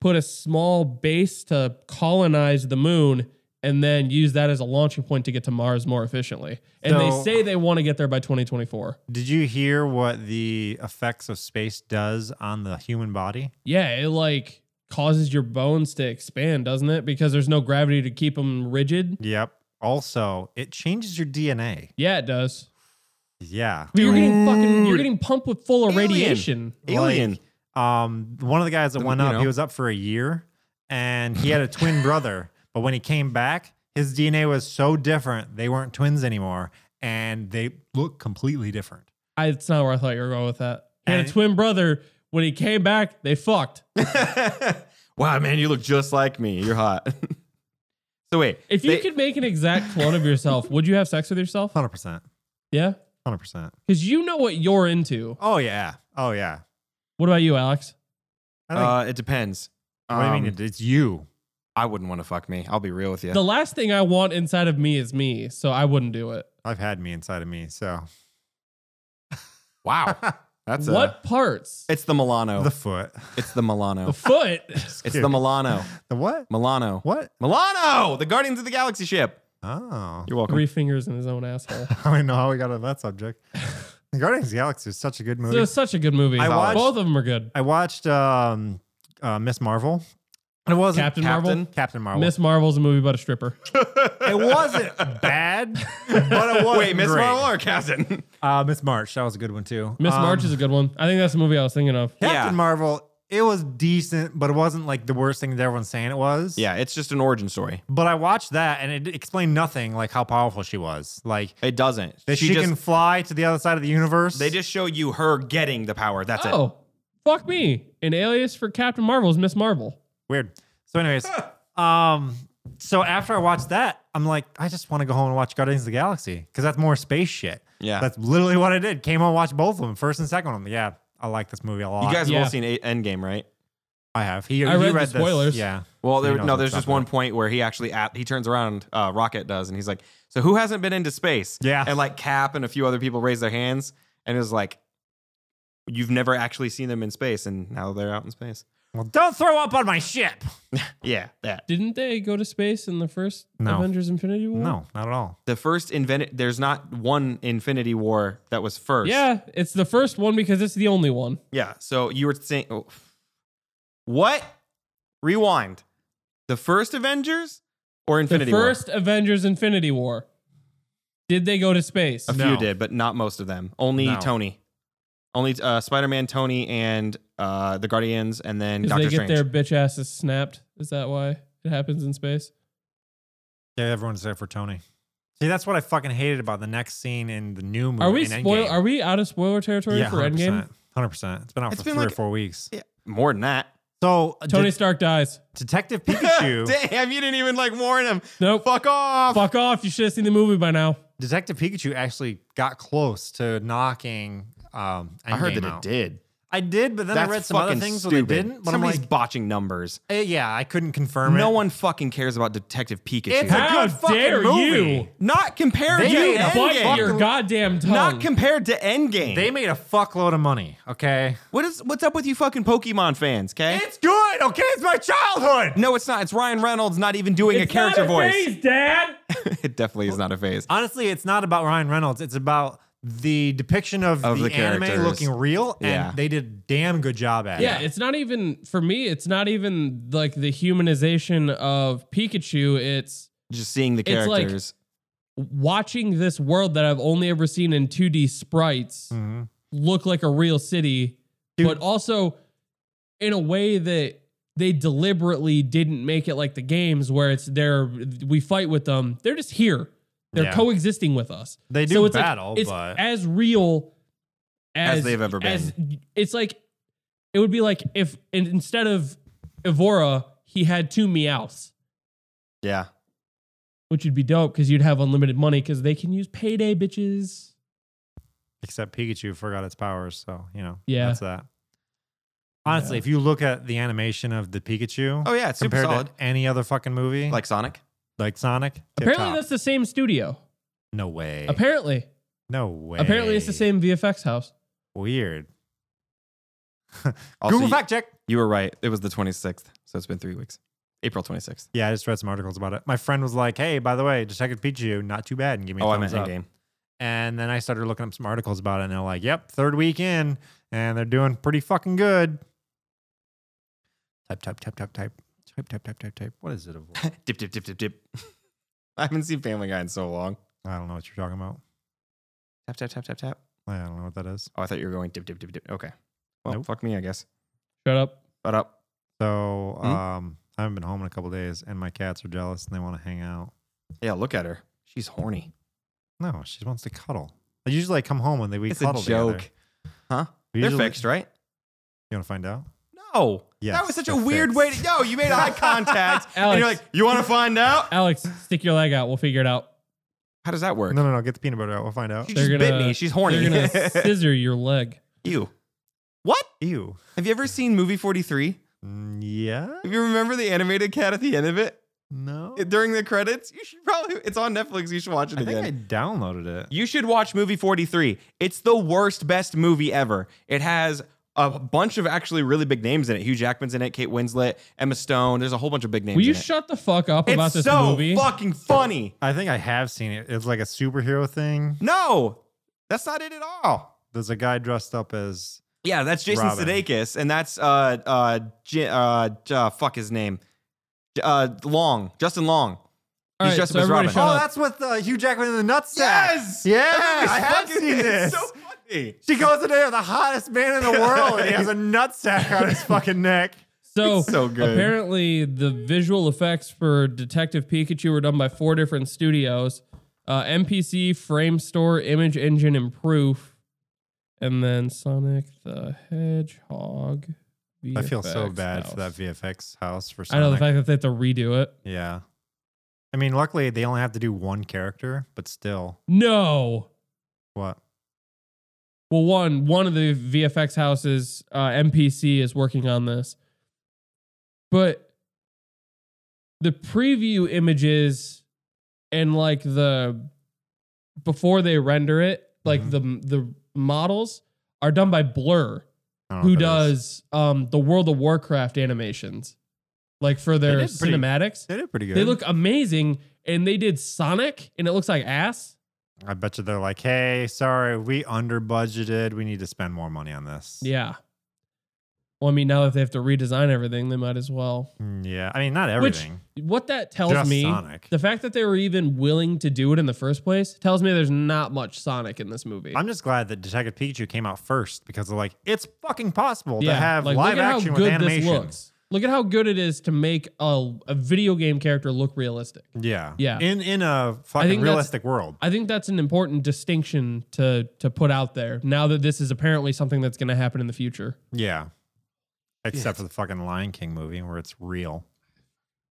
put a small base to colonize the moon, and then use that as a launching point to get to Mars more efficiently. And
So-
they say they want to get there by 2024.
Did you hear what the effects of space does on the human body?
Yeah, it like causes your bones to expand, doesn't it? Because there's no gravity to keep them rigid.
Yep. Also, it changes your DNA.
Yeah, it does.
Yeah.
But you're getting fucking you're
Dude.
getting pumped with full of
Alien.
radiation.
Alien.
um, one of the guys that
Um,
went
you
up, he
know.
was up for a year, and he had a twin brother. But when he came back, his DNA was so different; they weren't twins anymore, and they look completely different.
I, it's not where I thought you were going with that. He had a
And-
twin brother. When he came back, they fucked.
wow, man, you look just like me. You're hot. so wait.
If you
they-
could make an exact clone of yourself, would you have sex with yourself?
Hundred percent,
Yeah.
hundred percent.
Because you know what you're into.
Oh yeah, oh yeah.
What about you, Alex?
I think,
uh, it depends.
what do you
Um,
mean? It- It's you.
I wouldn't want to fuck me. I'll be real with you.
The last thing I want inside of me is me, so I wouldn't do it.
I've had me inside of me, so
wow. That's
what
A,
parts?
it's the Milano.
The foot.
Oh. it's the Milano.
The foot.
it's the Milano.
The what?
Milano.
What?
Milano, the Guardians of the Galaxy ship.
Oh.
You're welcome.
Three fingers in his own asshole.
I don't even know how we got on that subject. The Guardians of the Galaxy is such a good
So
movie.
it's such a good movie.
I watched-
Both of them are good.
I watched um, uh, Miss Marvel. It wasn't
Captain,
Captain?
Marvel.
Captain Marvel.
Miss Marvel's a movie about a stripper.
it wasn't bad, but it was
Wait, Miss Marvel or Captain?
Uh, Miss March. That was a good one too.
Miss
Um,
March is a good one. I think that's the movie I was thinking of.
Captain
Yeah.
Marvel. It was decent, but it wasn't like the worst thing that everyone's saying it was.
yeah, it's just an origin story.
But I watched that and it explained nothing like how powerful she was. Like
It doesn't.
that she,
just,
can fly to the other side of the universe.
They just show you her getting the power. That's it.
Oh, fuck me. An alias for Captain Marvel is Miss Marvel.
weird. So, anyways, um, so after I watched that, I'm like, I just want to go home and watch Guardians of the Galaxy because that's more space shit.
Yeah.
that's literally what I did. Came home, and watched both of them, first and second one. Yeah, I like this movie a lot.
You guys have
Yeah.
all seen A- Endgame, right?
I have. He,
I
he
read
read,
the
this-
spoilers.
Yeah.
Well,
So he
there,
knows
no,
what's
there's just
up
one
with
point where he actually at, he turns around, uh, Rocket does, and he's like, "So who hasn't been into space?"
Yeah.
and like Cap and a few other people raise their hands, and it was like, "You've never actually seen them in space, and now they're out in space."
it. Well, don't throw up on my ship.
Yeah, that
Didn't they go to space in the first
No.
Avengers Infinity War?
No, not at all.
the first invented. There's not one Infinity War that was first.
Yeah, it's the first one because it's the only one.
Yeah. So you were saying, oh. what? Rewind. The first Avengers or Infinity
the
War?
first Avengers Infinity War. Did they go to space?
A
No.
few did, but not most of them. Only
No.
Tony. Only uh, Spider Man, Tony, and uh, the Guardians, and then
Because
Doctor
they get
Strange.
their bitch asses snapped. Is that why it happens in space?
Yeah, everyone's there for Tony. See, that's what I fucking hated about the next scene in the new movie.
Are we
in
spoil?
Endgame.
Are we out of spoiler territory
yeah,
for Endgame?
Hundred percent. It's been out
It's
for
been
three
like-
or four weeks.
Yeah, more than that.
So uh,
Tony
De-
Stark dies.
Detective Pikachu.
Damn, you didn't even like warn him.
Nope.
Fuck off.
Fuck off! You should have seen the movie by now.
Detective Pikachu actually got close to knocking. Um,
I heard
Endgame
that it
out.
did.
I did, but then
That's
I read some other
fucking
things
stupid.
where they didn't. But
Somebody's
I'm like,
botching numbers.
eh, yeah, I couldn't confirm
No
it.
one fucking cares about Detective Pikachu.
It's a
How
good fucking
dare
movie.
you?
not compared
They
to
made a
Bite
fuck-
Endgame.
your goddamn tongue.
Not compared to Endgame.
They made a fuckload of money. Okay,
what is what's up with you fucking Pokemon fans, okay?
it's good. Okay, it's my childhood.
no, it's not. It's Ryan Reynolds not even doing
It's
a character
not a
voice.
phase, Dad.
it definitely is not a phase.
honestly, it's not about Ryan Reynolds. It's about the depiction of,
Of
the,
the
anime
characters.
looking real, and
Yeah.
they did a damn good job at
Yeah,
it.
it's not even for me. It's not even like the humanization of Pikachu. It's
Just seeing the
It's like-
characters.
watching this world that I've only ever seen in 2D sprites
Mm-hmm.
Mhm.
look like a real city,
Dude.
but also in a way that they deliberately didn't make it like the games where it's there we fight with them. They're just here. They're
Yeah.
coexisting with us.
They do
so it's like-
battle,
it's
but
as real
As they've ever been.
it's like it would be like if in- instead of Evora, he had two Meowths
yeah.
which would be dope because you'd have unlimited money because they can use payday bitches.
except Pikachu forgot its powers, so you know,
Yeah.
that's that. Honestly,
Yeah.
if you look at the animation of the Pikachu
Oh yeah, it's super
compared
solid.
to any other fucking movie, like
Like Sonic.
like Sonic, tip
Apparently,
top.
that's the same studio.
no way,
Apparently,
no way.
apparently it's the same VFX house.
Weird.
Also,
Google
you,
fact check.
you were right. It was the 26th, so it's been three weeks. April 26th.
Yeah, I just read some articles about it. My friend was like, "Hey, by the way, Detective Pikachu, not too bad," and give me a
Oh, I
thumbs
meant
up.
Endgame.
And then I started looking up some articles about it, and they're like, yep, third week in, and they're doing pretty fucking good. Type, type, type, type, type, type, type, type, type, type. What is it? Of?
Dip, dip, dip, dip, dip. I haven't seen Family Guy in so long.
I don't know what you're talking about.
Tap, tap, tap, tap, tap.
I don't know what that is.
Oh, I thought you were going dip, dip, dip, dip. Okay. Well,
Nope.
fuck me, I guess. uh,
Shut up.
Shut up.
So
Hmm?
um, I haven't been home in a couple days, and my cats are jealous and they want to hang out.
Yeah, look at her. She's horny.
No, she wants to cuddle. I usually like, come home and they we
it's a
cuddle
joke.
together.
Huh?
We
They're
usually-
fixed, right?
You want to find out?
No.
Yes,
that was such a
they're
weird way to. Yo, you made eye contact. and you're
Alex.
like, you want to find out?
Alex, stick your leg out. We'll figure it out.
How does that work?
No, no, no. Get the peanut butter out. We'll find out.
She
They're
just bit
gonna-
me. She's
They're
horny.
gonna scissor your leg.
you. What?
Ew.
Have you ever seen movie 43?
Mm, yeah.
If you remember the animated cat at the end of it,
No.
during the credits. You should probably. It's on Netflix. You should watch it
I think
again.
I downloaded it.
You should watch movie 43. It's the worst, best movie ever. It has a bunch of actually really big names in it. Hugh Jackman's in it, Kate Winslet, Emma Stone. There's a whole bunch of big names.
Will you
in it.
shut the fuck up
It's
about this
so
movie?
fucking funny.
I think I have seen it. It's like a superhero thing.
No, that's not it at all.
There's a guy dressed up as
Yeah, that's Jason
Robin.
Sudeikis, and that's uh uh J- uh, J- uh fuck his name, J- uh Long, Justin Long.
All
He's
right,
dressed
so
up as
everybody
Robin.
shut
Oh,
up.
that's with uh, Hugh Jackman in the nutsack.
Yes!
Yeah,
It's
I have
fucking-
seen this.
It's so
she
funny.
goes in there, the hottest man in the world, and he has a nutsack on his fucking neck.
So,
so good.
apparently, the visual effects for Detective Pikachu were done by four different studios uh, MPC, Frame Store, Image Engine, and Proof. And then Sonic the Hedgehog.
I feel so
VFX
bad for that
house.
VFX house for
I know the
Sonic.
fact that they have to redo it.
yeah. I mean, luckily they only have to do one character, but still,
No.
what?
Well, one one of the VFX houses, uh, MPC, is working on this, but the preview images and like the before they render it, like
Mm-hmm.
the the models are done by Blur,
I don't know
who
if it Oh, is.
does um, the World of Warcraft animations, like for their
They did pretty
cinematics.
They did pretty good.
They look amazing, and they did Sonic, and it looks like ass.
I bet you they're like, hey, sorry, we under budgeted. We need to spend more money on this.
Yeah. Well, I mean, now that they have to redesign everything, they might as well.
Mm, Yeah. I mean, not
Which-
everything.
What that tells
Just
me,
Sonic.
the fact that they were even willing to do it in the first place, tells me there's not much Sonic in this movie.
I'm just glad that Detective Pikachu came out first because they're like, it's fucking possible to have
like,
live
look at
action
how
with
good
animation.
This looks. Look at how good it is to make a, a video game character look realistic.
Yeah.
Yeah.
In in a
think
fucking
that's-
realistic world.
I think that's an important distinction to to put out there. Now that this is apparently something that's going to happen in the future.
Yeah. Except for the fucking Lion King movie where it's real.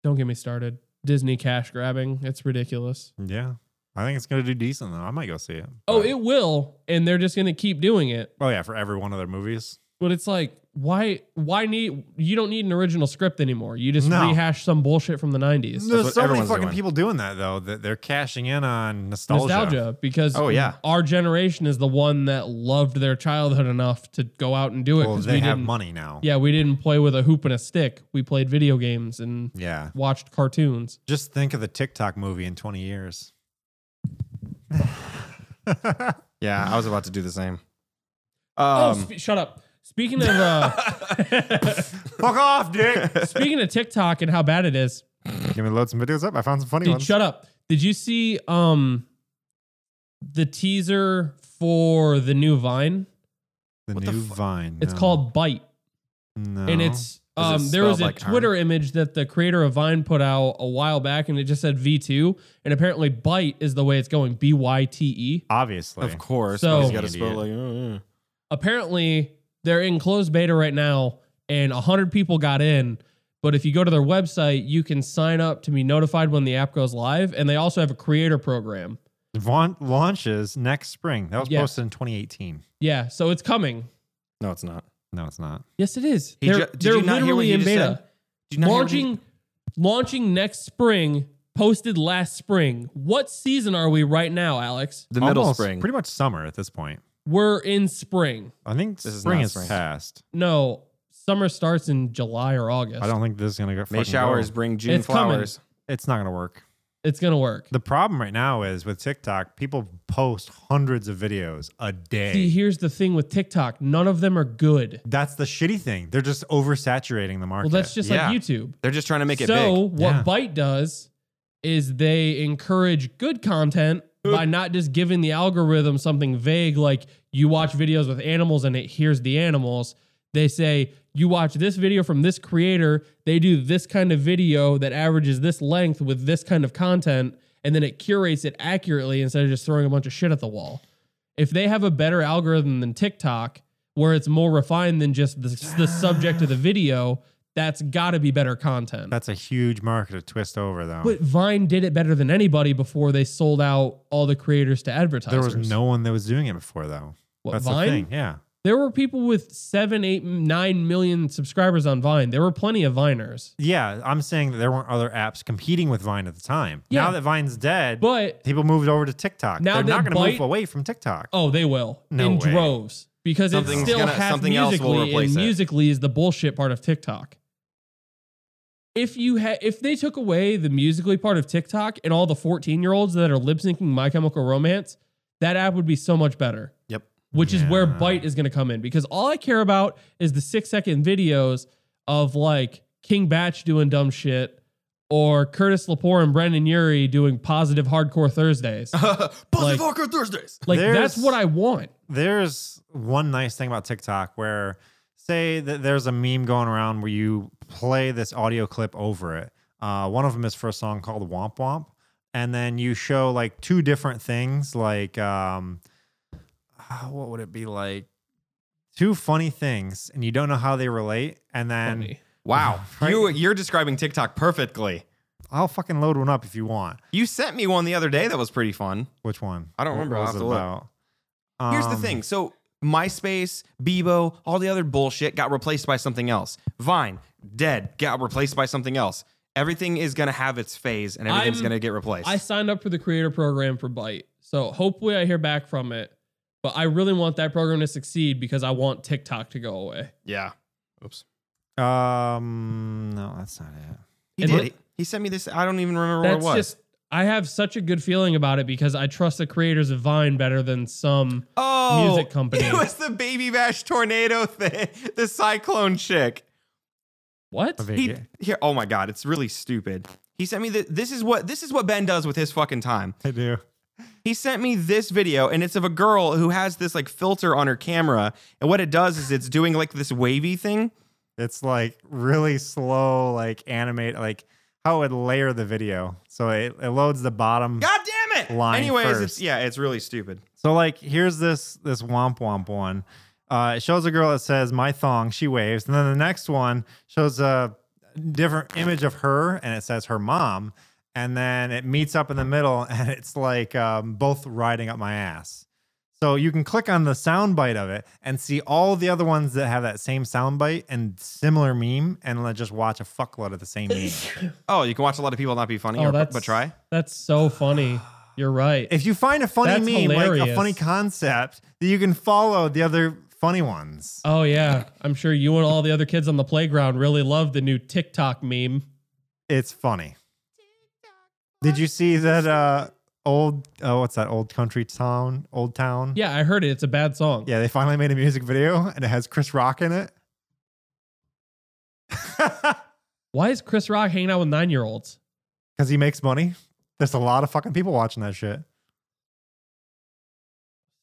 Don't get me started. Disney cash grabbing. It's ridiculous.
Yeah. I think it's gonna do decent though. I might go see it.
Oh,
But-
it will, and they're just gonna keep doing it.
Oh yeah, for every one of their movies.
But it's like, why? Why need? You don't need an original script anymore. You just
No.
rehash some bullshit from the '90s.
There's
what
so many
everyone's
fucking
doing.
people doing that though that they're cashing in on nostalgia.
Nostalgia. because
Oh, yeah.
our generation is the one that loved their childhood enough to go out and do it
Well,
because
they
we
have
didn't.
money now.
Yeah, we didn't play with a hoop and a stick. We played video games and
Yeah.
watched cartoons.
Just think of the TikTok movie in 20 years.
Yeah, I was about to do the same.
oh,
Um,
spe- shut up. Speaking of uh,
Fuck off, Dick.
speaking of TikTok and how bad it is,
Give me load some videos up. I found some funny
Dude,
ones.
shut up. Did you see um the teaser for the new Vine?
the
What the
new
fu-
Vine.
It's
No.
called Bite.
No.
And it's
Is it
um there was
spelled
a
like
Twitter image that the creator of Vine put out a while back and it just said V2 and apparently Bite is the way it's going B Y T E.
obviously.
of course.
So-
he's got to spell like. "Oh, yeah."
Apparently they're in closed beta right now and 100 people got in. But if you go to their website, you can sign up to be notified when the app goes live and they also have a creator program.
Vaughn launches next spring. That was
Yeah.
posted in 2018.
Yeah, so it's coming.
No, it's not.
No, it's not.
Yes, it is.
He
they're
ju- did
they're
you not hear what
literally
he
in
just
beta.
said? Did you not hear what he-
launching launching next spring, posted last spring. What season are we right now, Alex?
the middle
Almost
spring.
Pretty much summer at this point.
We're in spring.
I think
This is
spring
not
is
spring.
past.
No, summer starts in July or August.
I don't think this is gonna go.
May
fucking
showers
Go.
bring June
It's coming.
flowers.
It's not gonna work.
it's gonna work.
The problem right now is with TikTok, people post hundreds of videos a day.
See, here's the thing with TikTok. None of them are good.
That's the shitty thing. They're just oversaturating the market.
Well, that's just
Yeah.
like YouTube.
They're just trying to make it
so
big.
what
Yeah.
Byte does is they encourage good content by not just giving the algorithm something vague like you watch videos with animals and it hears the animals. They say you watch this video from this creator, they do this kind of video that averages this length with this kind of content and then it curates it accurately instead of just throwing a bunch of shit at the wall. If they have a better algorithm than TikTok where it's more refined than just the, the subject of the video, that's got to be better content.
That's a huge market to twist over, though.
But Vine did it better than anybody before they sold out all the creators to advertisers.
there was no one that was doing it before, though.
What,
That's
Vine.
the thing. Yeah.
There were people with seven, eight, nine million subscribers on Vine. There were plenty of Viners,
Yeah, I'm saying that there weren't other apps competing with Vine at the time.
Yeah.
Now that Vine's dead,
but
people moved over to TikTok.
Now
They're not
that
going to move
Byte-
away from TikTok.
oh, they will
No
in
way.
droves because
Something's
it's still
gonna-
half
something else will
musically,
replace
and
it.
musically is the bullshit part of TikTok. If you ha- if they took away the musically part of TikTok and all the 14 year olds that are lip syncing My Chemical Romance, that app would be so much better.
Yep.
which is where
Yeah.
Byte is going to come in because all I care about is the six second videos of like King Batch doing dumb shit or Curtis Lepore and Brendan Urie doing positive hardcore Thursdays. Like-
Parker Thursdays.
Like
There's-
that's what I want.
there's one nice thing about TikTok where say that there's a meme going around where you play this audio clip over it. Uh, one of them is for a song called Womp Womp, and then you show like two different things, like um, ah, what would it be like? Two funny things, and you don't know how they relate, and then
Funny.
Wow.
Right.
You you're describing TikTok perfectly.
I'll fucking load one up if you want.
You sent me one the other day that was pretty fun.
Which one?
I don't
What
remember. I'll
was
have
it
to look.
about?
Here's the
Um,
thing. So MySpace, Bebo, all the other bullshit got replaced by something else. Vine, dead, got replaced by something else. Everything is gonna have its phase and everything's
I'm-
gonna get replaced.
I signed up for the creator program for Byte. So hopefully I hear back from it. But I really want that program to succeed because I want TikTok to go away.
yeah. Oops.
Um, no, that's not it.
He
And
did.
the-
He- he sent me this. I don't even remember
That's
what it was.
just I have such a good feeling about it because I trust the creators of Vine better than some
oh,
music company.
It was the baby bash tornado thing. The cyclone chick.
what?
A
He,
vaca-
here, oh my god, it's really stupid. He sent me the, this is what this is what Ben does with his fucking time.
I do.
He sent me this video, and it's of a girl who has this like filter on her camera, and what it does is it's doing like this wavy thing.
It's like really slow, like animate, like how it would layer the video. So it, it loads the bottom.
God damn it!
Line
Anyways, it's
first.
yeah, it's really stupid.
So like here's this this womp womp one. Uh, it shows a girl that says "my thong." She waves, and then the next one shows a different image of her, and it says her mom. And then it meets up in the middle, and it's like um, both riding up my ass. So you can click on the sound bite of it and see all the other ones that have that same sound bite and similar meme, and let just watch a fuckload of the same meme.
Oh, you can watch a lot of people not be funny,
Oh,
or,
that's
but try.
That's so funny. You're right.
if you find a funny
That's
meme, like a
hilarious.
funny concept, that you can follow the other funny ones.
oh yeah, I'm sure you and all the other kids on the playground really love the new TikTok meme.
It's funny. Did you see that uh old uh, what's that old country town? Old town?
Yeah, I heard it. It's a bad song.
Yeah, they finally made a music video and it has Chris Rock in it.
Why is Chris Rock hanging out with nine year olds?
Cuz he makes money. There's a lot of fucking people watching that shit.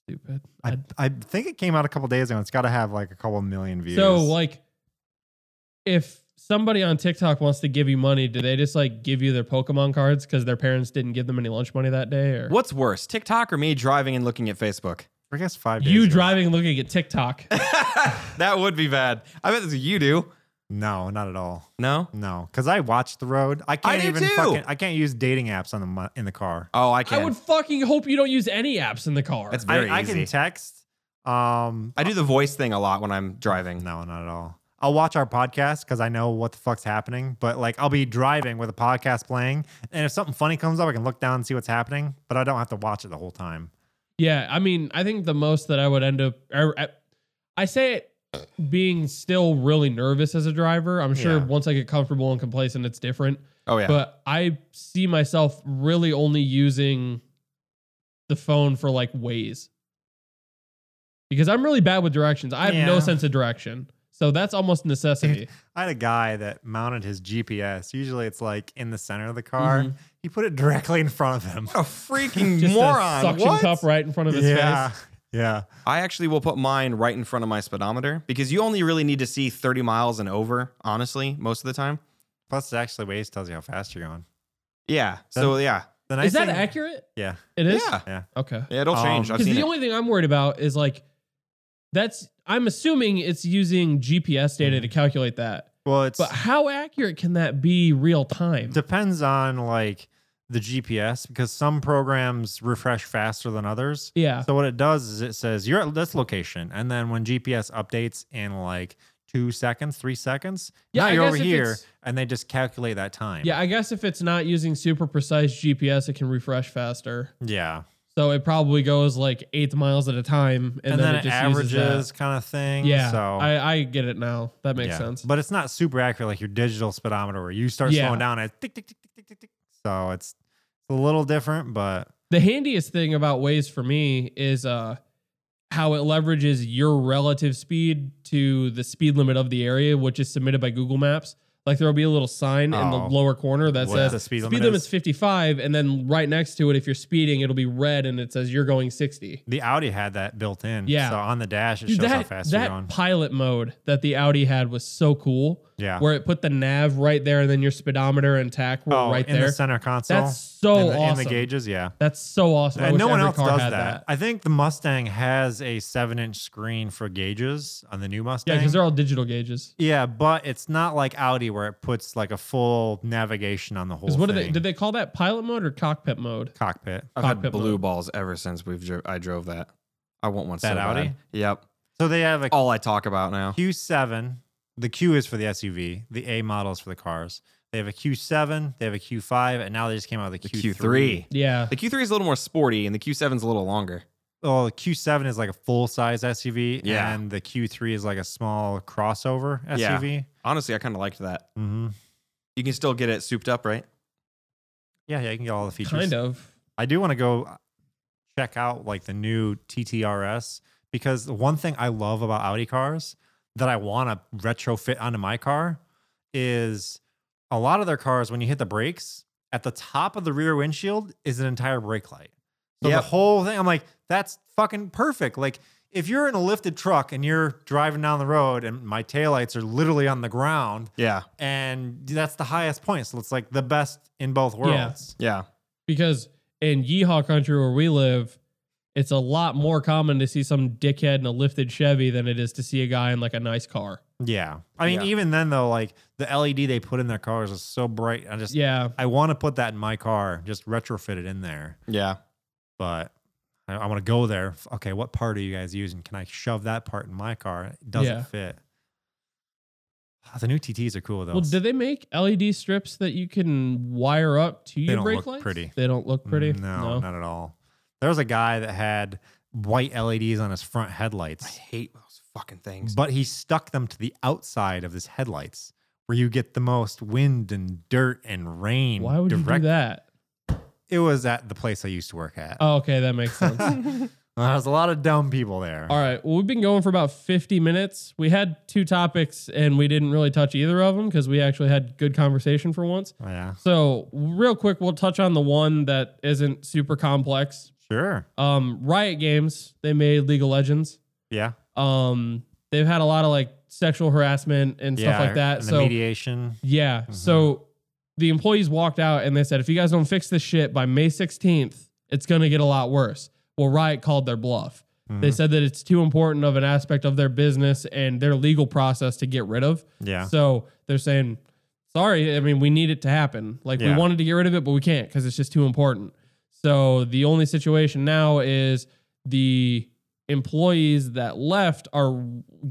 Stupid.
I, I think it came out a couple days ago. It's got to have like a couple million views.
so like, if somebody on TikTok wants to give you money, do they just like give you their Pokemon cards because their parents didn't give them any lunch money that day, or
What's worse, TikTok or me driving and looking at Facebook?
I guess five. Days
you
ago.
driving and looking at TikTok?
that would be bad. I bet that's what you do.
No, not at all.
No.
No, because I watched the road. I can't
do
even
too.
fucking. I can't use dating apps on the mu- in the car.
Oh, I can.
I would fucking hope you don't use any apps in the car.
That's- Very
I, I
easy.
can text. Um,
I do the voice thing a lot when I'm driving.
No, not at all. I'll watch our podcast because I know what the fuck's happening. But like, I'll be driving with a podcast playing, and if something funny comes up, I can look down and see what's happening. But I don't have to watch it the whole time.
Yeah, I mean, I think the most that I would end up, er, I, I, I say it being still really nervous as a driver. I'm sure
Yeah.
once I get comfortable and complacent, it's different.
Oh yeah.
But I see myself really only using the phone for like ways because I'm really bad with directions. I have
Yeah.
no sense of direction, so that's almost a necessity.
I had a guy that mounted his GPS. Usually, it's like in the center of the car.
Mhm.
He put it directly in front of him.
a freaking
Just
moron.
a suction
What?
cup right in front of his
yeah,
face.
yeah.
I actually will put mine right in front of my speedometer because you only really need to see 30 miles and over, honestly, most of the time.
Plus, it actually weighs tells you how fast you're going.
Yeah. So yeah.
The
Is that
thing-
accurate?
Yeah,
It is.
Yeah.
Okay.
Yeah, it'll change.
Um,
I've
Because
seen
the
it.
only thing I'm worried about is like that's I'm assuming it's using GPS
Mm.
data to calculate that.
well, it's
But how accurate can that be real time?
depends on like the GPS because some programs refresh faster than others.
Yeah.
So what it does is it says you're at this location, and then when GPS updates in like two seconds, three seconds,
Yeah,
now
I
you're
guess
over
if
here,
it's-
and they just calculate that time.
Yeah, I guess if it's not using super precise GPS, it can refresh faster.
yeah,
So it probably goes like eight miles at a time, and,
and, then,
it
it
just uses that.
averages kind of thing.
Yeah,
so
I, I get it now. That makes
yeah.
sense.
but it's not super accurate like your digital speedometer where you start
Yeah.
slowing down and tick, tick, tick, tick, tick, tick, tick. so it's it's a little different, but
the handiest thing about Waze for me is uh how it leverages your relative speed to the speed limit of the area, which is submitted by Google Maps. Like there'll be a little sign in the
Oh.
lower corner that
What
says
the speed limit
limit's
is?
55, and then right next to it, if you're speeding, it'll be red and it says you're going 60.
the Audi had that built in.
Yeah.
So on the dash, it
Dude,
shows how
that
fast you're
that
going.
pilot mode that the Audi had was so cool,
Yeah.
where it put the nav right there and then your speedometer and tack were
Oh,
right
in
there.
the center console.
That's so
in the, In
awesome.
the gauges, yeah.
That's so awesome. I
and
wish
no one
every
else
car
does
had
that. I think the Mustang has a seven-inch screen for gauges on the
Yeah,
new Mustang.
because they're all digital gauges.
Yeah, but it's not like Audi where it puts like a full navigation on the whole
Because what do they?
thing.
Did they call that pilot mode or cockpit mode?
cockpit?
I've had
Cockpit
blue
mode.
balls ever since we've dri- I drove that. I want one
That
so
Audi?
bad. Yep.
So they have a
All I talk about now.
Q7. The Q is for the SUV. The A model is for the cars. They have a Q7. They have a Q5, and now they just came out with a
The
Q3.
Q3.
Yeah,
The Q3 is a little more sporty, and the Q7's a little longer.
Oh, the Q7 is like a full-size SUV,
Yeah.
and the Q3 is like a small crossover
Yeah.
SUV.
Honestly, I kind of liked that.
Yeah. Mm-hmm.
You can still get it souped up, right?
Yeah, yeah, you can get all the features.
kind of.
I do want to go uh, check out like the new TTRS because the one thing I love about Audi cars that I want to retrofit onto my car is a lot of their cars when you hit the brakes at the top of the rear windshield is an entire brake light. So
Yep.
the whole thing I'm like that's fucking perfect. Like if you're in a lifted truck and you're driving down the road and my taillights are literally on the ground
Yeah.
and that's the highest point so it's like the best in both worlds.
Yeah.
Because in Yeehaw country where we live, it's a lot more common to see some dickhead in a lifted Chevy than it is to see a guy in like a nice car.
Yeah. I mean,
Yeah.
even then though, like the LED they put in their cars is so bright. I just
Yeah,
I want to put that in my car, just retrofit it in there.
Yeah.
But I, I want to go there. F- Okay, what part are you guys using? Can I shove that part in my car? It doesn't
Yeah.
fit. Ah, The new TTs are cool though.
Well, do they make LED strips that you can wire up to your
don't
brake
look
lights?
pretty. Mm,
They don't look pretty.
No, not at all. There was a guy that had white LEDs on his front
I
headlights,
hate those fucking things.
but he stuck them to the outside of his headlights, where you get the most wind and dirt and rain.
Why would you
direct
do that?
It was at the place I used to work at.
Oh, okay, that makes sense.
There was a lot of dumb people there.
All right. Well, we've been going for about 50 minutes. We had two topics and we didn't really touch either of them because we actually had good conversation for once.
Yeah.
So, real quick, we'll touch on the one that isn't super complex.
Sure.
Um, Riot Games, they made League of Legends.
Yeah.
Um, they've had a lot of like sexual harassment and
yeah,
stuff like that.
and
So,
the mediation.
yeah.
Mm-hmm.
So, the employees walked out and they said, if you guys don't fix this shit by May 16th, it's going to get a lot worse. Well, Riot called their bluff. They
Mhm.
said that it's too important of an aspect of their business and their legal process to get rid of.
Yeah.
So they're saying, sorry, I mean, we need it to happen. Like,
Yeah.
we wanted to get rid of it, but we can't because it's just too important. So the only situation now is the employees that left are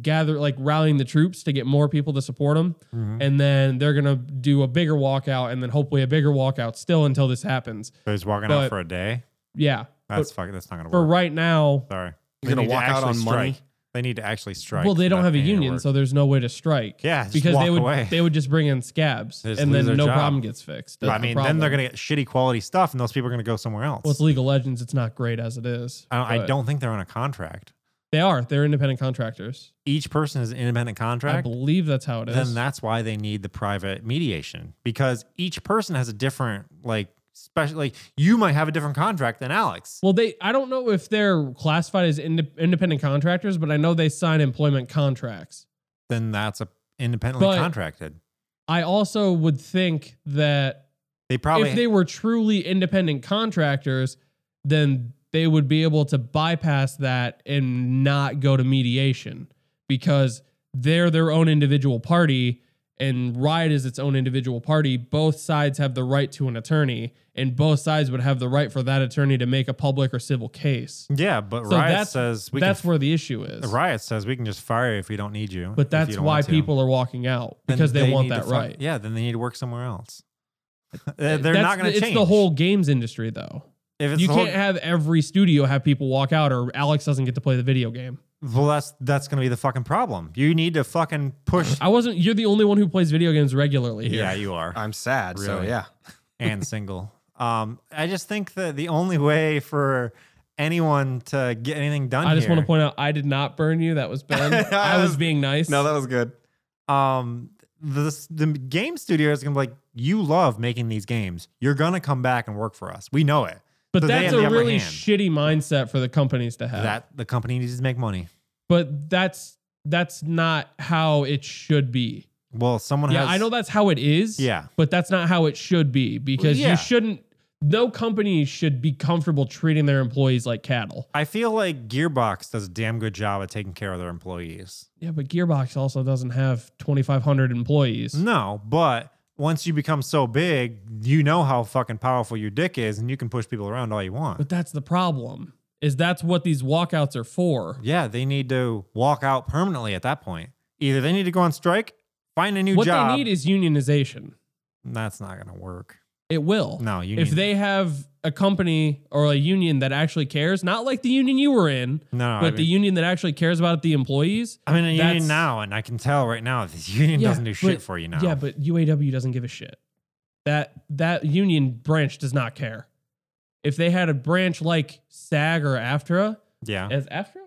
gather like rallying the troops to get more people to support them
Mhm.
and then they're going to do a bigger walkout and then hopefully a bigger walkout still until this happens
So he's walking
but-
out for a day.
yeah
That's
but
fucking. That's not gonna
for
work.
right now
Sorry. They
You're gonna
need to
walk out
actually
on money?
strike. They need to actually strike.
Well, they
for
don't
that
have a
thing to
union,
work.
so there's no way to strike.
Yeah, just
because they would
walk away.
they would just bring in scabs,
They just
and
lose
then
their
no
job.
problem gets fixed.
But, I mean, then they're gonna get shitty quality stuff, and those people are gonna go somewhere else.
Well, it's League of Legends. It's not great as it is.
I, don't, I
but
don't think they're on a contract.
They are. They're independent contractors.
Each person is an independent
I
contract.
believe that's how it is.
Then that's why they need the private mediation because each person has a different like special. Like you might have a different contract than Alex.
well, they. I don't know if they're classified as inde- independent contractors, but I know they sign employment contracts.
then that's a independently
But-
contracted.
I also would think that
They probably
if they were truly independent contractors, then they would be able to bypass that and not go to mediation because they're their own individual party and Riot is its own individual party, both sides have the right to an attorney, and both sides would have the right for that attorney to make a public or civil case.
Yeah, but
So
Riot
that's-
says we
That's
can,
where the issue is.
Riot says we can just fire you if we don't need you. if
But
you
that's
don't
why
want to.
people are walking out
Then
because they, want
need to
that
fi-
right.
Yeah, then they need to work somewhere else. They're they're
That's
not going
the-
to change.
It's the whole games industry, though.
If it's
you
the whole-
can't have every studio have people walk out, or Alex doesn't get to play the video game.
well, that's that's going to be the fucking problem. You need to fucking push.
I wasn't. You're the only one who plays video games regularly here.
yeah, you are.
I'm sad. So
Really?
yeah.
and single. Um, I just think that the only way for anyone to get anything done,
I just
here,
want to point out, I did not burn you. That was Ben. I was
was-
being nice.
No, that was good.
um, the the game studio is gonna be like, you love making these games. You're gonna come back and work for us. We know it.
but
so they
that's
have the
a
upper
really
hand.
shitty mindset for the companies to have.
That the company needs to make money.
but that's that's not how it should be.
Well, someone
Yeah,
has.
I know that's how it is.
Yeah.
but that's not how it should be because
Yeah.
you shouldn't. No company should be comfortable treating their employees like cattle.
I feel like Gearbox does a damn good job at taking care of their employees.
Yeah, but Gearbox also doesn't have 2,500 employees.
No, but once you become so big, you know how fucking powerful your dick is, and you can push people around all you want.
But that's the problem. Is that's what these walkouts are for?
Yeah, they need to walk out permanently at that point. Either they need to go on strike, find a new
what
job.
they need is unionization.
That's not going to work.
It will.
No, you
If they have a company or a union that actually cares, not like the union you were in,
no,
but
I
the
mean,
union that actually cares about the employees.
I'm in a
that's-
union now, and I can tell right now this union
Yeah,
doesn't do shit
but-
for you now.
Yeah, but UAW doesn't give a shit. That that union branch does not care. If they had a branch like SAG or AFTRA,
yeah,
as AFTRA,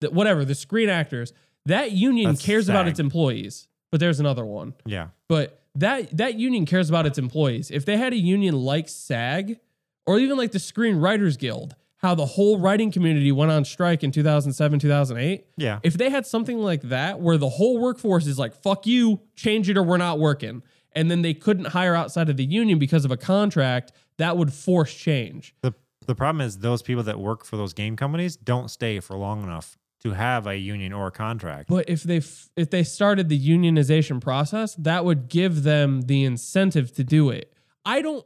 that whatever the Screen Actors, that union
That's
cares about
SAG.
its employees. But there's another one.
yeah.
But that that union cares about its employees. If they had a union like SAG or even like the Screenwriters Guild, how the whole writing community went on strike in 2007, 2008,
yeah.
if they had something like that where the whole workforce is like fuck you, change it or we're not working, and then they couldn't hire outside of the union because of a contract, that would force change.
The the problem is those people that work for those game companies don't stay for long enough to have a union or a contract.
But if they f- if they started the unionization process, that would give them the incentive to do it. I don't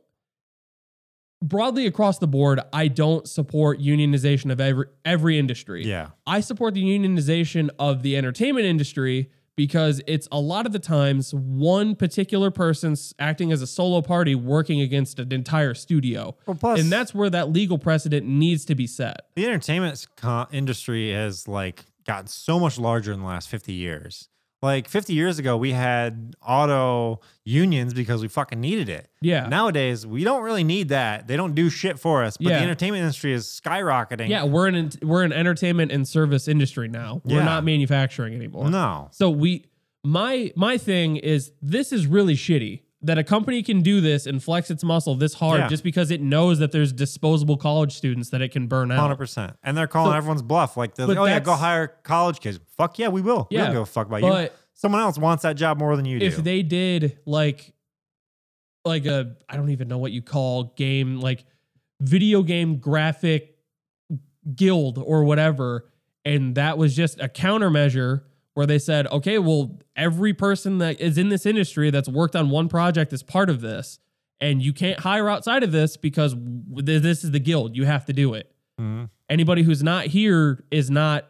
broadly across the board, I don't support unionization of every every industry.
yeah,
I support the unionization of the entertainment industry because it's a lot of the times one particular person's acting as a solo party working against an entire studio.
Well, plus-
and that's where that legal precedent needs to be set.
the entertainment s- co- industry has like gotten so much larger in the last 50 years like 50 years ago we had auto unions because we fucking needed it
Yeah.
nowadays we don't really need that they don't do shit for us but
Yeah.
the entertainment industry is skyrocketing
Yeah, we're in we're an entertainment and service industry now. We're
Yeah.
not manufacturing anymore.
no
So we my my thing is this is really shitty that a company can do this and flex its muscle this hard
Yeah.
just because it knows that there's disposable college students that it can burn out.
100% and they're calling
So-
everyone's bluff like they're
But
like, oh yeah
that's-
go hire college kids fuck yeah we will we
Yeah,
don't give a fuck about you
but-
someone else wants that job more than you do
if they did like like a I don't even know what you call game like video game graphic guild or whatever and that was just a countermeasure where they said okay well every person that is in this industry that's worked on one project is part of this and you can't hire outside of this because w- th- this is the guild you have to do it
Mhm.
anybody who's not here is not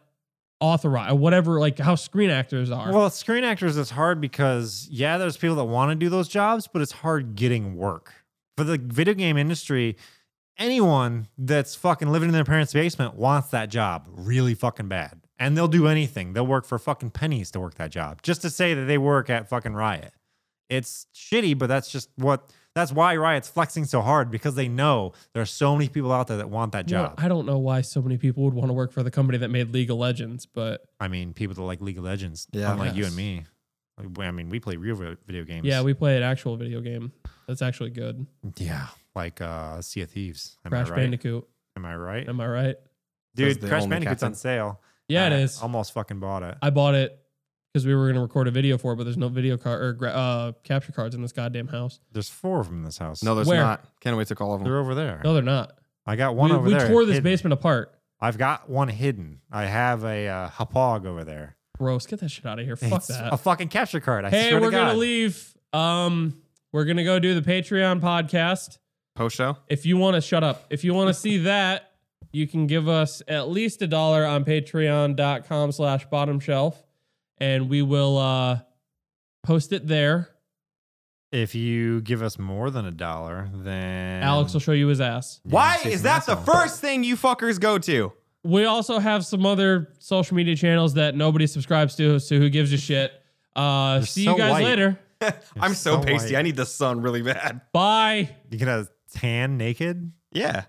authorized whatever like how screen actors are
Well, screen actors is hard because yeah, there's people that want to do those jobs, but it's hard getting work. For the video game industry, anyone that's fucking living in their parents' basement wants that job really fucking bad. And they'll do anything. They'll work for fucking pennies to work that job. Just to say that they work at fucking Riot. It's shitty, but that's just what that's why Riot's flexing so hard because they know there are so many people out there that want that
You know,
job.
I don't know why so many people would want to work for the company that made League of Legends, but
I mean, people that like League of Legends,
Yeah.
unlike you
Yes.
and me. I mean, we play real video games.
yeah, we play an actual video game that's actually good.
Yeah, like uh Sea of Thieves. Am
Crash
I right?
Bandicoot.
Am I right?
Am I right?
That's
Dude,
the
Crash
only
Bandicoot's on
captain.
sale.
Yeah,
I
it is.
Almost fucking bought it.
I bought it because we were going to record a video for it, but there's no video card or gra- uh, capture cards in this goddamn house.
There's four of them in this house.
No, there's
Where?
not. Kenway took all of them.
they're over there.
No, they're not.
I got one
we
over
we
there.
tore this
hidden.
basement apart.
I've got one hidden. I have a uh, hapog over there.
Gross. Get that shit out of here. Fuck
it's a
that.
fucking capture card. I
Hey,
swear
we're
to God.
gonna leave. Um, we're gonna go do the Patreon podcast.
Post show.
If you want to shut up, if you want to see that, you can give us at least a dollar on patreon.com slash bottom shelf. And we will uh post it there.
If you give us more than a dollar, then
Alex will show you his ass.
Yeah,
Why
she's
is
an
that the
asshole.
first thing you fuckers go to?
We also have some other social media channels that nobody subscribes to, so who gives a shit? Uh
You're
see
so
you guys
white.
later.
I'm so,
so
pasty.
white.
I need the sun really bad.
Bye.
You get a tan naked.
Yeah.